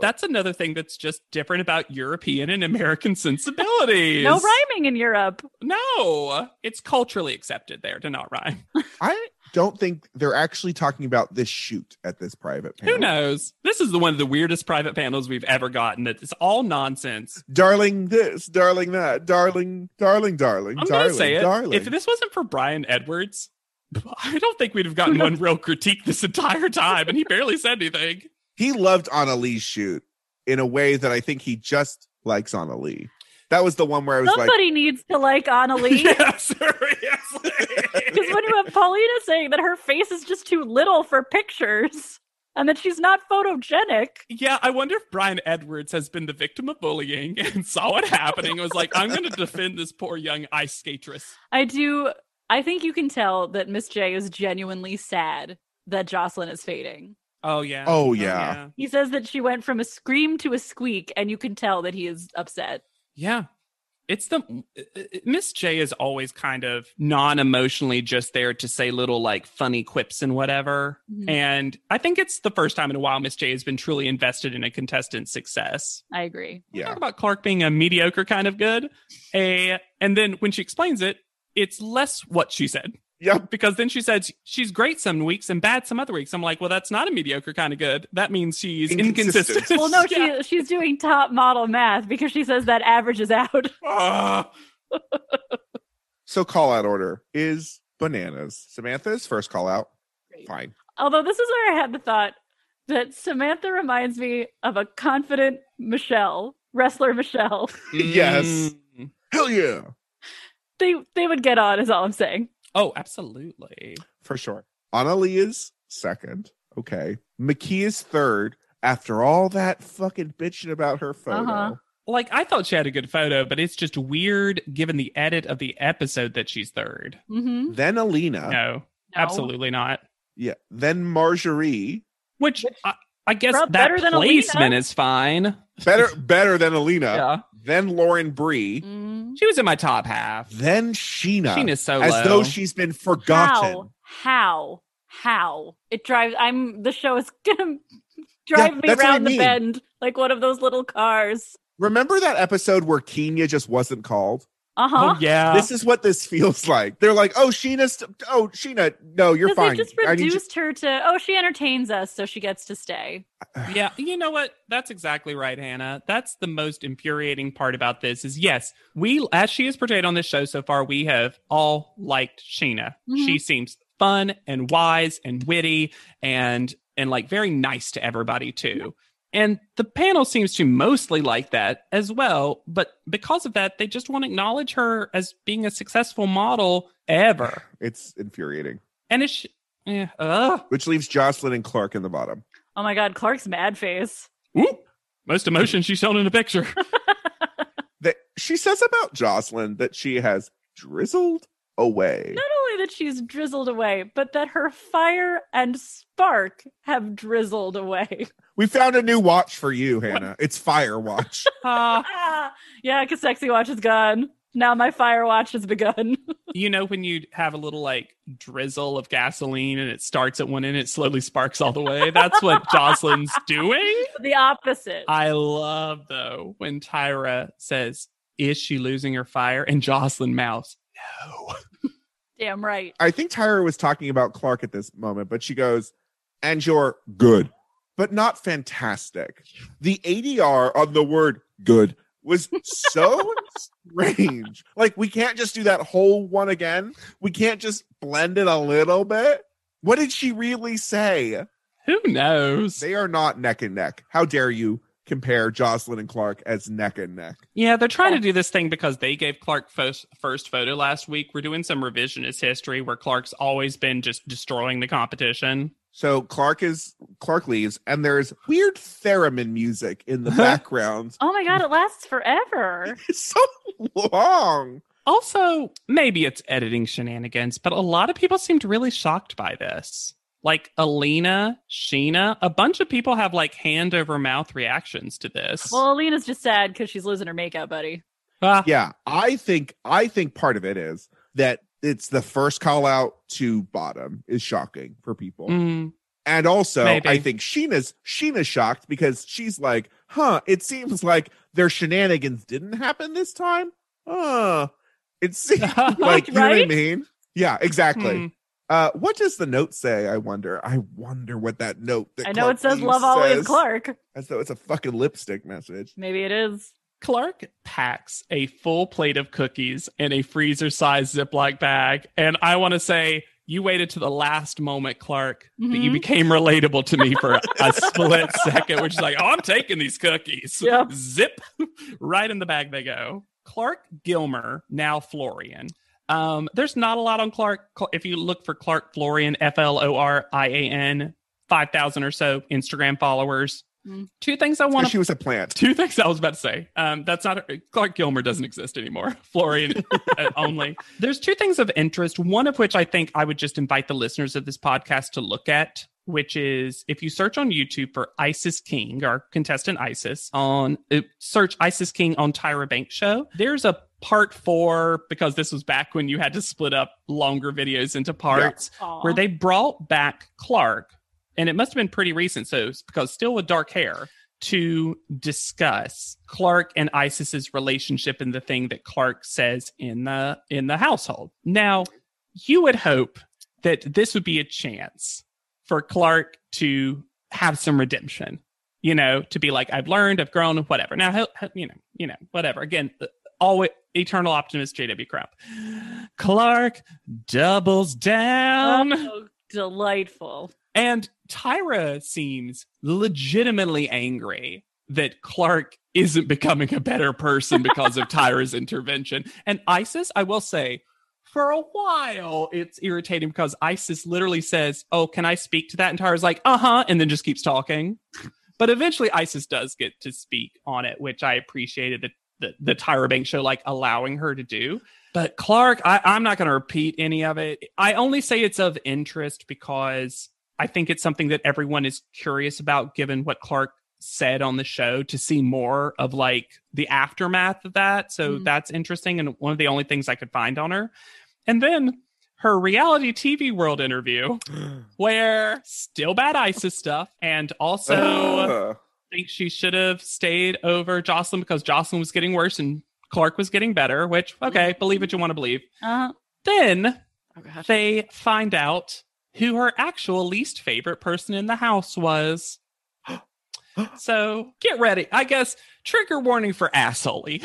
[SPEAKER 5] that's another thing that's just different about european and american sensibilities
[SPEAKER 4] No rhyming in Europe.
[SPEAKER 5] no it's culturally accepted there to not rhyme
[SPEAKER 6] I don't think they're actually talking about this shoot at this private panel.
[SPEAKER 5] who knows this is the one of the weirdest private panels we've ever gotten that it's all nonsense
[SPEAKER 6] Darling this, darling that, darling, darling, darling,
[SPEAKER 5] i'm
[SPEAKER 6] darling,
[SPEAKER 5] gonna say it
[SPEAKER 6] darling.
[SPEAKER 5] if this wasn't for brian edwards i don't think we'd have gotten one real critique this entire time and he barely said anything
[SPEAKER 6] he loved Anna Lee's shoot in a way that I think he just likes Anna Lee. That was the one where I was like,
[SPEAKER 4] Somebody needs to like Anna Lee.
[SPEAKER 5] Yeah, seriously.
[SPEAKER 4] Because when you have Paulina saying that her face is just too little for pictures and that she's not photogenic,
[SPEAKER 5] Yeah, I wonder if Brian Edwards has been the victim of bullying and saw it happening and was like, I'm going to defend this poor young ice skatress.
[SPEAKER 4] I do. I think you can tell that Miss J is genuinely sad that Jocelyn is fading.
[SPEAKER 5] Oh, yeah.
[SPEAKER 6] Oh, yeah.
[SPEAKER 4] He says that she went from a scream to a squeak, and you can tell that he is upset.
[SPEAKER 5] Yeah. It's the Miss J is always kind of non emotionally just there to say little like funny quips and whatever.
[SPEAKER 4] Mhm.
[SPEAKER 5] And I think it's the first time in a while Miss J has been truly invested in a contestant's success.
[SPEAKER 4] I agree.
[SPEAKER 5] We
[SPEAKER 6] yeah,
[SPEAKER 5] Talk about Clark being a mediocre kind of good. A, and then when she explains it, it's less what she said.
[SPEAKER 6] yep,
[SPEAKER 5] because then she said she's great some weeks and bad some other weeks. I'm like, well, that's not a mediocre kind of good. That means she's
[SPEAKER 6] Inconsistent.
[SPEAKER 5] inconsistent.
[SPEAKER 4] Well, no,
[SPEAKER 5] Yeah.
[SPEAKER 4] she she's doing top model math because she says that averages out.
[SPEAKER 5] Ah.
[SPEAKER 6] So call out order is bananas. Samantha's first call out.
[SPEAKER 4] Great.
[SPEAKER 6] Fine.
[SPEAKER 4] Although this is where I had the thought that Samantha reminds me of a confident Michelle, wrestler Michelle.
[SPEAKER 6] Yes.
[SPEAKER 5] Mm.
[SPEAKER 6] Hell yeah.
[SPEAKER 4] They they would get on, is all I'm saying.
[SPEAKER 5] Oh, absolutely.
[SPEAKER 6] For sure. Annalie is second. Okay. McKee is third. After all that fucking bitching about her photo.
[SPEAKER 4] Uh-huh.
[SPEAKER 5] Like I thought she had a good photo, but it's just weird given the edit of the episode that she's third.
[SPEAKER 4] Mm-hmm.
[SPEAKER 6] Then Alina.
[SPEAKER 5] No, absolutely not.
[SPEAKER 6] Yeah. Then Marjorie.
[SPEAKER 5] Which I, I guess
[SPEAKER 4] Rob,
[SPEAKER 5] that
[SPEAKER 4] better than Alina?
[SPEAKER 5] placement is fine.
[SPEAKER 6] Better better than Alina.
[SPEAKER 5] Yeah,
[SPEAKER 6] Then Lauren Bree.
[SPEAKER 4] Mm-hmm.
[SPEAKER 5] she was in my top half.
[SPEAKER 6] Then Sheena.
[SPEAKER 5] Sheena's so
[SPEAKER 6] as
[SPEAKER 5] low.
[SPEAKER 6] though she's been forgotten.
[SPEAKER 4] How? How? How? It drives. I'm. The show is gonna drive me
[SPEAKER 6] that's what I
[SPEAKER 4] round the
[SPEAKER 6] mean.
[SPEAKER 4] bend like one of those little cars.
[SPEAKER 6] Remember that episode where Kenya just wasn't called?
[SPEAKER 4] Uh huh.
[SPEAKER 5] Oh yeah,
[SPEAKER 6] This is what this feels like. They're like, oh, Sheena, st- oh, Sheena, no, you're
[SPEAKER 4] Because
[SPEAKER 6] fine.
[SPEAKER 4] they just
[SPEAKER 6] I need you-
[SPEAKER 4] reduced her to oh she entertains us so she gets to stay.
[SPEAKER 5] yeah you know what that's exactly right hannah that's the most infuriating part about this is yes we as she is portrayed on this show so far we have all liked sheena
[SPEAKER 4] Mhm.
[SPEAKER 5] she seems fun and wise and witty and and like very nice to everybody too and the panel seems to mostly like that as well but because of that they just won't acknowledge her as being a successful model ever
[SPEAKER 6] It's infuriating,
[SPEAKER 5] and it's yeah, ugh.
[SPEAKER 6] which leaves Jocelyn and Clark in the bottom.
[SPEAKER 4] Oh my god, Clark's mad face.
[SPEAKER 5] Ooh, most emotion she's shown in a picture
[SPEAKER 6] That she says about Jocelyn that she has drizzled away.
[SPEAKER 4] Not only that she's drizzled away, but that her fire and spark have drizzled away.
[SPEAKER 6] We found a new watch for you, Hannah. It's Fire Watch.
[SPEAKER 5] Ah.
[SPEAKER 4] ah, yeah, because sexy watch is gone. Now my fire watch has begun.
[SPEAKER 5] you know when you have a little like drizzle of gasoline and it starts at one end it slowly sparks all the way that's what jocelyn's doing
[SPEAKER 4] the opposite.
[SPEAKER 5] i love though when tyra says is she losing her fire and jocelyn mouths no
[SPEAKER 4] Damn right.
[SPEAKER 6] I think Tyra was talking about Clark at this moment, but she goes, and you're good, but not fantastic. The ADR on the word good was so strange. Like, we can't just do that whole one again. We can't just blend it a little bit. What did she really say?
[SPEAKER 5] who knows
[SPEAKER 6] They are not neck and neck. How dare you compare Jocelyn and Clark as neck and neck?
[SPEAKER 5] yeah they're trying to do this thing because they gave clark first, first photo last week we're doing some revisionist history where clark's always been just destroying the competition
[SPEAKER 6] So Clark is Clark leaves, and there's weird theremin music in the background.
[SPEAKER 4] Oh my god, it lasts forever.
[SPEAKER 6] It's so long.
[SPEAKER 5] Also, maybe it's editing shenanigans, but a lot of people seemed really shocked by this. Like Alina, Sheena, a bunch of people have like hand over mouth reactions to this.
[SPEAKER 4] Well, Alina's just sad because she's losing her makeup buddy.
[SPEAKER 5] Ah,
[SPEAKER 6] Yeah, I think I think part of it is that it's the first call out to bottom is shocking for people.
[SPEAKER 5] mm,
[SPEAKER 6] And also
[SPEAKER 5] Maybe.
[SPEAKER 6] I think Sheena's Sheena's shocked because she's like, "Huh, it seems like their shenanigans didn't happen this time." Uh, it seems like you know what I
[SPEAKER 4] Right?
[SPEAKER 6] mean? Yeah, exactly.
[SPEAKER 5] hmm.
[SPEAKER 6] Uh, what does the note say? I wonder. I wonder what that note. That
[SPEAKER 4] I know
[SPEAKER 6] Clark
[SPEAKER 4] it says
[SPEAKER 6] Lee
[SPEAKER 4] love always
[SPEAKER 6] says,"
[SPEAKER 4] Clark.
[SPEAKER 6] As though it's a fucking lipstick message.
[SPEAKER 4] Maybe it is.
[SPEAKER 5] Clark packs a full plate of cookies in a freezer sized Ziploc bag. And I want to say, you waited to the last moment, Clark, but you
[SPEAKER 4] Mhm.
[SPEAKER 5] became relatable to me for a split second, which is like, oh, I'm taking these cookies.
[SPEAKER 4] Yep.
[SPEAKER 5] Zip, right in the bag they go. Clark Gilmer, now Florian. Um, there's not a lot on Clark. Cl- If you look for Clark Florian, F L O R I A N, 5,000 or so Instagram followers.
[SPEAKER 4] Mm.
[SPEAKER 5] Two things I want
[SPEAKER 6] Because
[SPEAKER 5] to
[SPEAKER 6] she was a plant.
[SPEAKER 5] Two things I was about to say. Um, that's not Clark Gilmer doesn't exist anymore. Florian uh, only. There's two things of interest. One of which I think I would just invite the listeners of this podcast to look at, which is if you search on YouTube for ISIS King or contestant ISIS on uh, search ISIS King on Tyra Banks show. There's a part four because this was back when you had to split up longer videos into parts
[SPEAKER 4] Aw.
[SPEAKER 5] where they brought back Clark, and it must have been pretty recent, so it's because still with dark hair, to discuss Clark and Isis's relationship and the thing that Clark says in the in the household. Now, you would hope that this would be a chance for Clark to have some redemption. You know, to be like, I've learned, I've grown, whatever. Now, he'll- he'll- you know, you know, whatever. Again, always eternal optimist J.W. Crump. Clark doubles down.
[SPEAKER 4] Oh, delightful.
[SPEAKER 5] And Tyra seems legitimately angry that Clark isn't becoming a better person because of Tyra's intervention. And Isis, I will say, for a while, it's irritating because Isis literally says, Oh, can I speak to that? And Tyra's like, Uh huh. And then just keeps talking. But eventually, Isis does get to speak on it, which I appreciated the, the, the Tyra Bank show, like allowing her to do. But Clark, I, I'm not going to repeat any of it. I only say it's of interest because I think it's something that everyone is curious about, given what Clark said on the show, to see more of like the aftermath of that. So
[SPEAKER 4] Mm.
[SPEAKER 5] that's interesting. And one of the only things I could find on her. And then her reality TV world interview, where still bad ISIS stuff. And also,
[SPEAKER 6] Ugh.
[SPEAKER 4] uh,
[SPEAKER 5] think she should have stayed over Jocelyn because Jocelyn was getting worse and Clark was getting better, which, okay, believe what you want to believe.
[SPEAKER 4] Uh,
[SPEAKER 5] Then
[SPEAKER 4] oh gosh.
[SPEAKER 5] they find out who her actual least favorite person in the house was. So get ready. I guess trigger warning for assholey.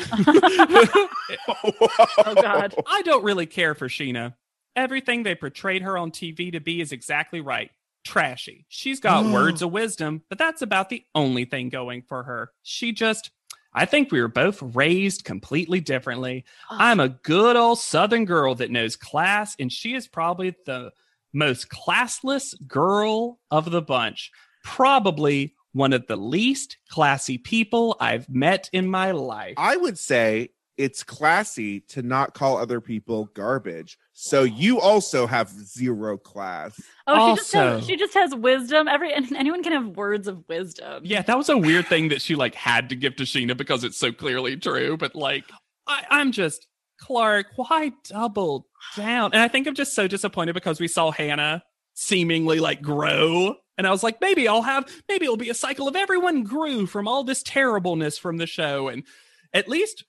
[SPEAKER 4] Oh god.
[SPEAKER 5] I don't really care for Sheena. Everything they portrayed her on TV to be is exactly right. Trashy. She's got words of wisdom, but that's about the only thing going for her. She just, I think we were both raised completely differently. I'm a good old Southern girl that knows class, and she is probably the most classless girl of the bunch. Probably one of the least classy people I've met in my life.
[SPEAKER 6] I would say it's classy to not call other people garbage. So you also have zero class.
[SPEAKER 4] Oh, she just has
[SPEAKER 5] Also-
[SPEAKER 4] she just has wisdom. Every and anyone can have words of wisdom.
[SPEAKER 5] Yeah, that was a weird thing that she like had to give to Sheena because it's so clearly true. But like, I, I'm just Clark. Why double down? And I think I'm just so disappointed because we saw Hannah seemingly like grow, and I was like, maybe I'll have, maybe it'll be a cycle of everyone grew from all this terribleness from the show, and at least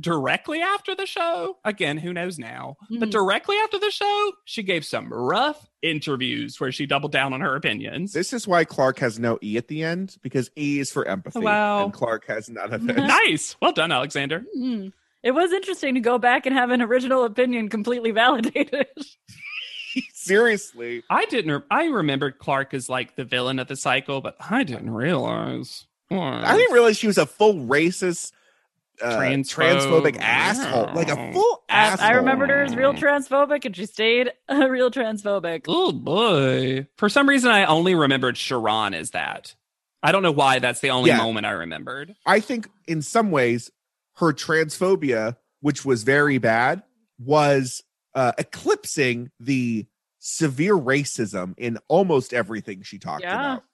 [SPEAKER 5] directly after the show again who knows now but
[SPEAKER 4] Mhm.
[SPEAKER 5] directly after the show she gave some rough interviews where she doubled down on her opinions
[SPEAKER 6] This is why Clark has no E at the end because E is for
[SPEAKER 4] Oh,
[SPEAKER 6] empathy.
[SPEAKER 5] Wow.
[SPEAKER 6] And Clark has none of it.
[SPEAKER 5] nice well done alexander
[SPEAKER 4] Mm. It was interesting to go back and have an original opinion completely validated.
[SPEAKER 6] Seriously.
[SPEAKER 5] I didn't. Re- I remembered Clark as like the villain of the cycle, but I didn't realize.
[SPEAKER 6] I didn't realize she was a full racist, uh,
[SPEAKER 5] Transphobe.
[SPEAKER 6] transphobic asshole. Like a full
[SPEAKER 4] I,
[SPEAKER 6] asshole.
[SPEAKER 4] I remembered her as real transphobic, and she stayed a real transphobic.
[SPEAKER 5] Oh boy! For some reason, I only remembered Sharon as that. I don't know why. That's the only
[SPEAKER 6] Yeah.
[SPEAKER 5] moment I remembered.
[SPEAKER 6] I think in some ways her transphobia, which was very bad, was uh, eclipsing the severe racism in almost everything she talked
[SPEAKER 4] Yeah.
[SPEAKER 6] about.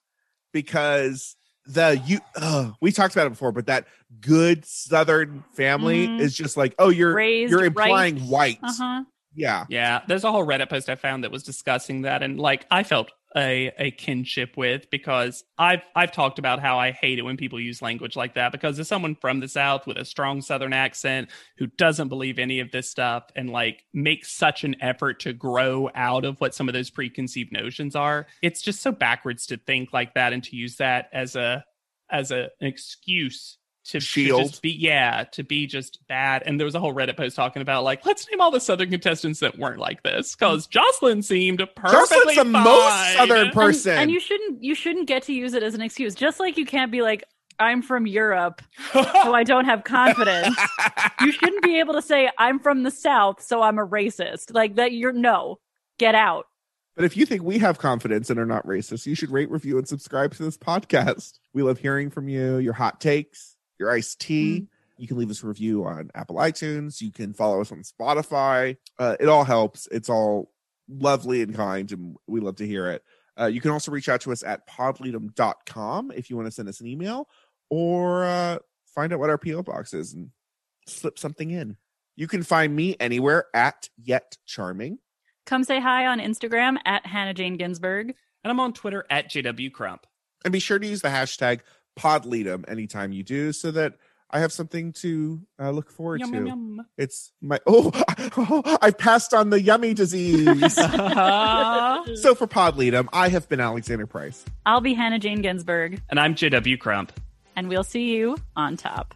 [SPEAKER 6] Because the you uh, we talked about it before, but that good Southern family
[SPEAKER 4] Mhm.
[SPEAKER 6] is just like, oh, you're
[SPEAKER 4] Raised
[SPEAKER 6] you're implying
[SPEAKER 4] right.
[SPEAKER 6] white,
[SPEAKER 4] Uh huh.
[SPEAKER 6] yeah,
[SPEAKER 5] Yeah, there's a whole Reddit post I found that was discussing that, and like I felt a a kinship with because I've I've talked about how I hate it when people use language like that because as someone from the South with a strong Southern accent who doesn't believe any of this stuff and like makes such an effort to grow out of what some of those preconceived notions are, it's just so backwards to think like that and to use that as a as a, an excuse. To, to
[SPEAKER 6] Shield.
[SPEAKER 5] just be yeah to be just bad and there was a whole reddit post talking about like let's name all the southern contestants that weren't like this because jocelyn seemed perfectly
[SPEAKER 6] Jocelyn's the
[SPEAKER 5] fine.
[SPEAKER 6] most Southern person.
[SPEAKER 4] And, and you shouldn't you shouldn't get to use it as an excuse. Just like you can't be like, I'm from Europe, so I don't have confidence. you shouldn't be able to say I'm from the South, so I'm a racist. Like that you're no. Get out.
[SPEAKER 6] But if you think we have confidence and are not racist, you should rate, review, and subscribe to this podcast. We love hearing from you, your hot takes, your iced tea. You can leave us a review on Apple iTunes. You can follow us on Spotify. Uh, it all helps. It's all lovely and kind, and we love to hear it. Uh, you can also reach out to us at podleadum.com if you want to send us an email or uh, find out what our PO box is and slip something in. You can find me anywhere at Yet Charming.
[SPEAKER 4] Come say hi on Instagram at Hannah Jane Ginsburg.
[SPEAKER 5] and I'm on Twitter at JW Crump.
[SPEAKER 6] and be sure to use the hashtag podleadum anytime you do so that i have something to uh, look forward
[SPEAKER 5] Yum,
[SPEAKER 6] to
[SPEAKER 5] yum, yum.
[SPEAKER 6] it's my oh, i passed on the yummy disease so for podleadum i have been alexander price
[SPEAKER 4] I'll be Hannah Jane Ginsburg,
[SPEAKER 5] and I'm JW Crump.
[SPEAKER 4] and we'll see you on top.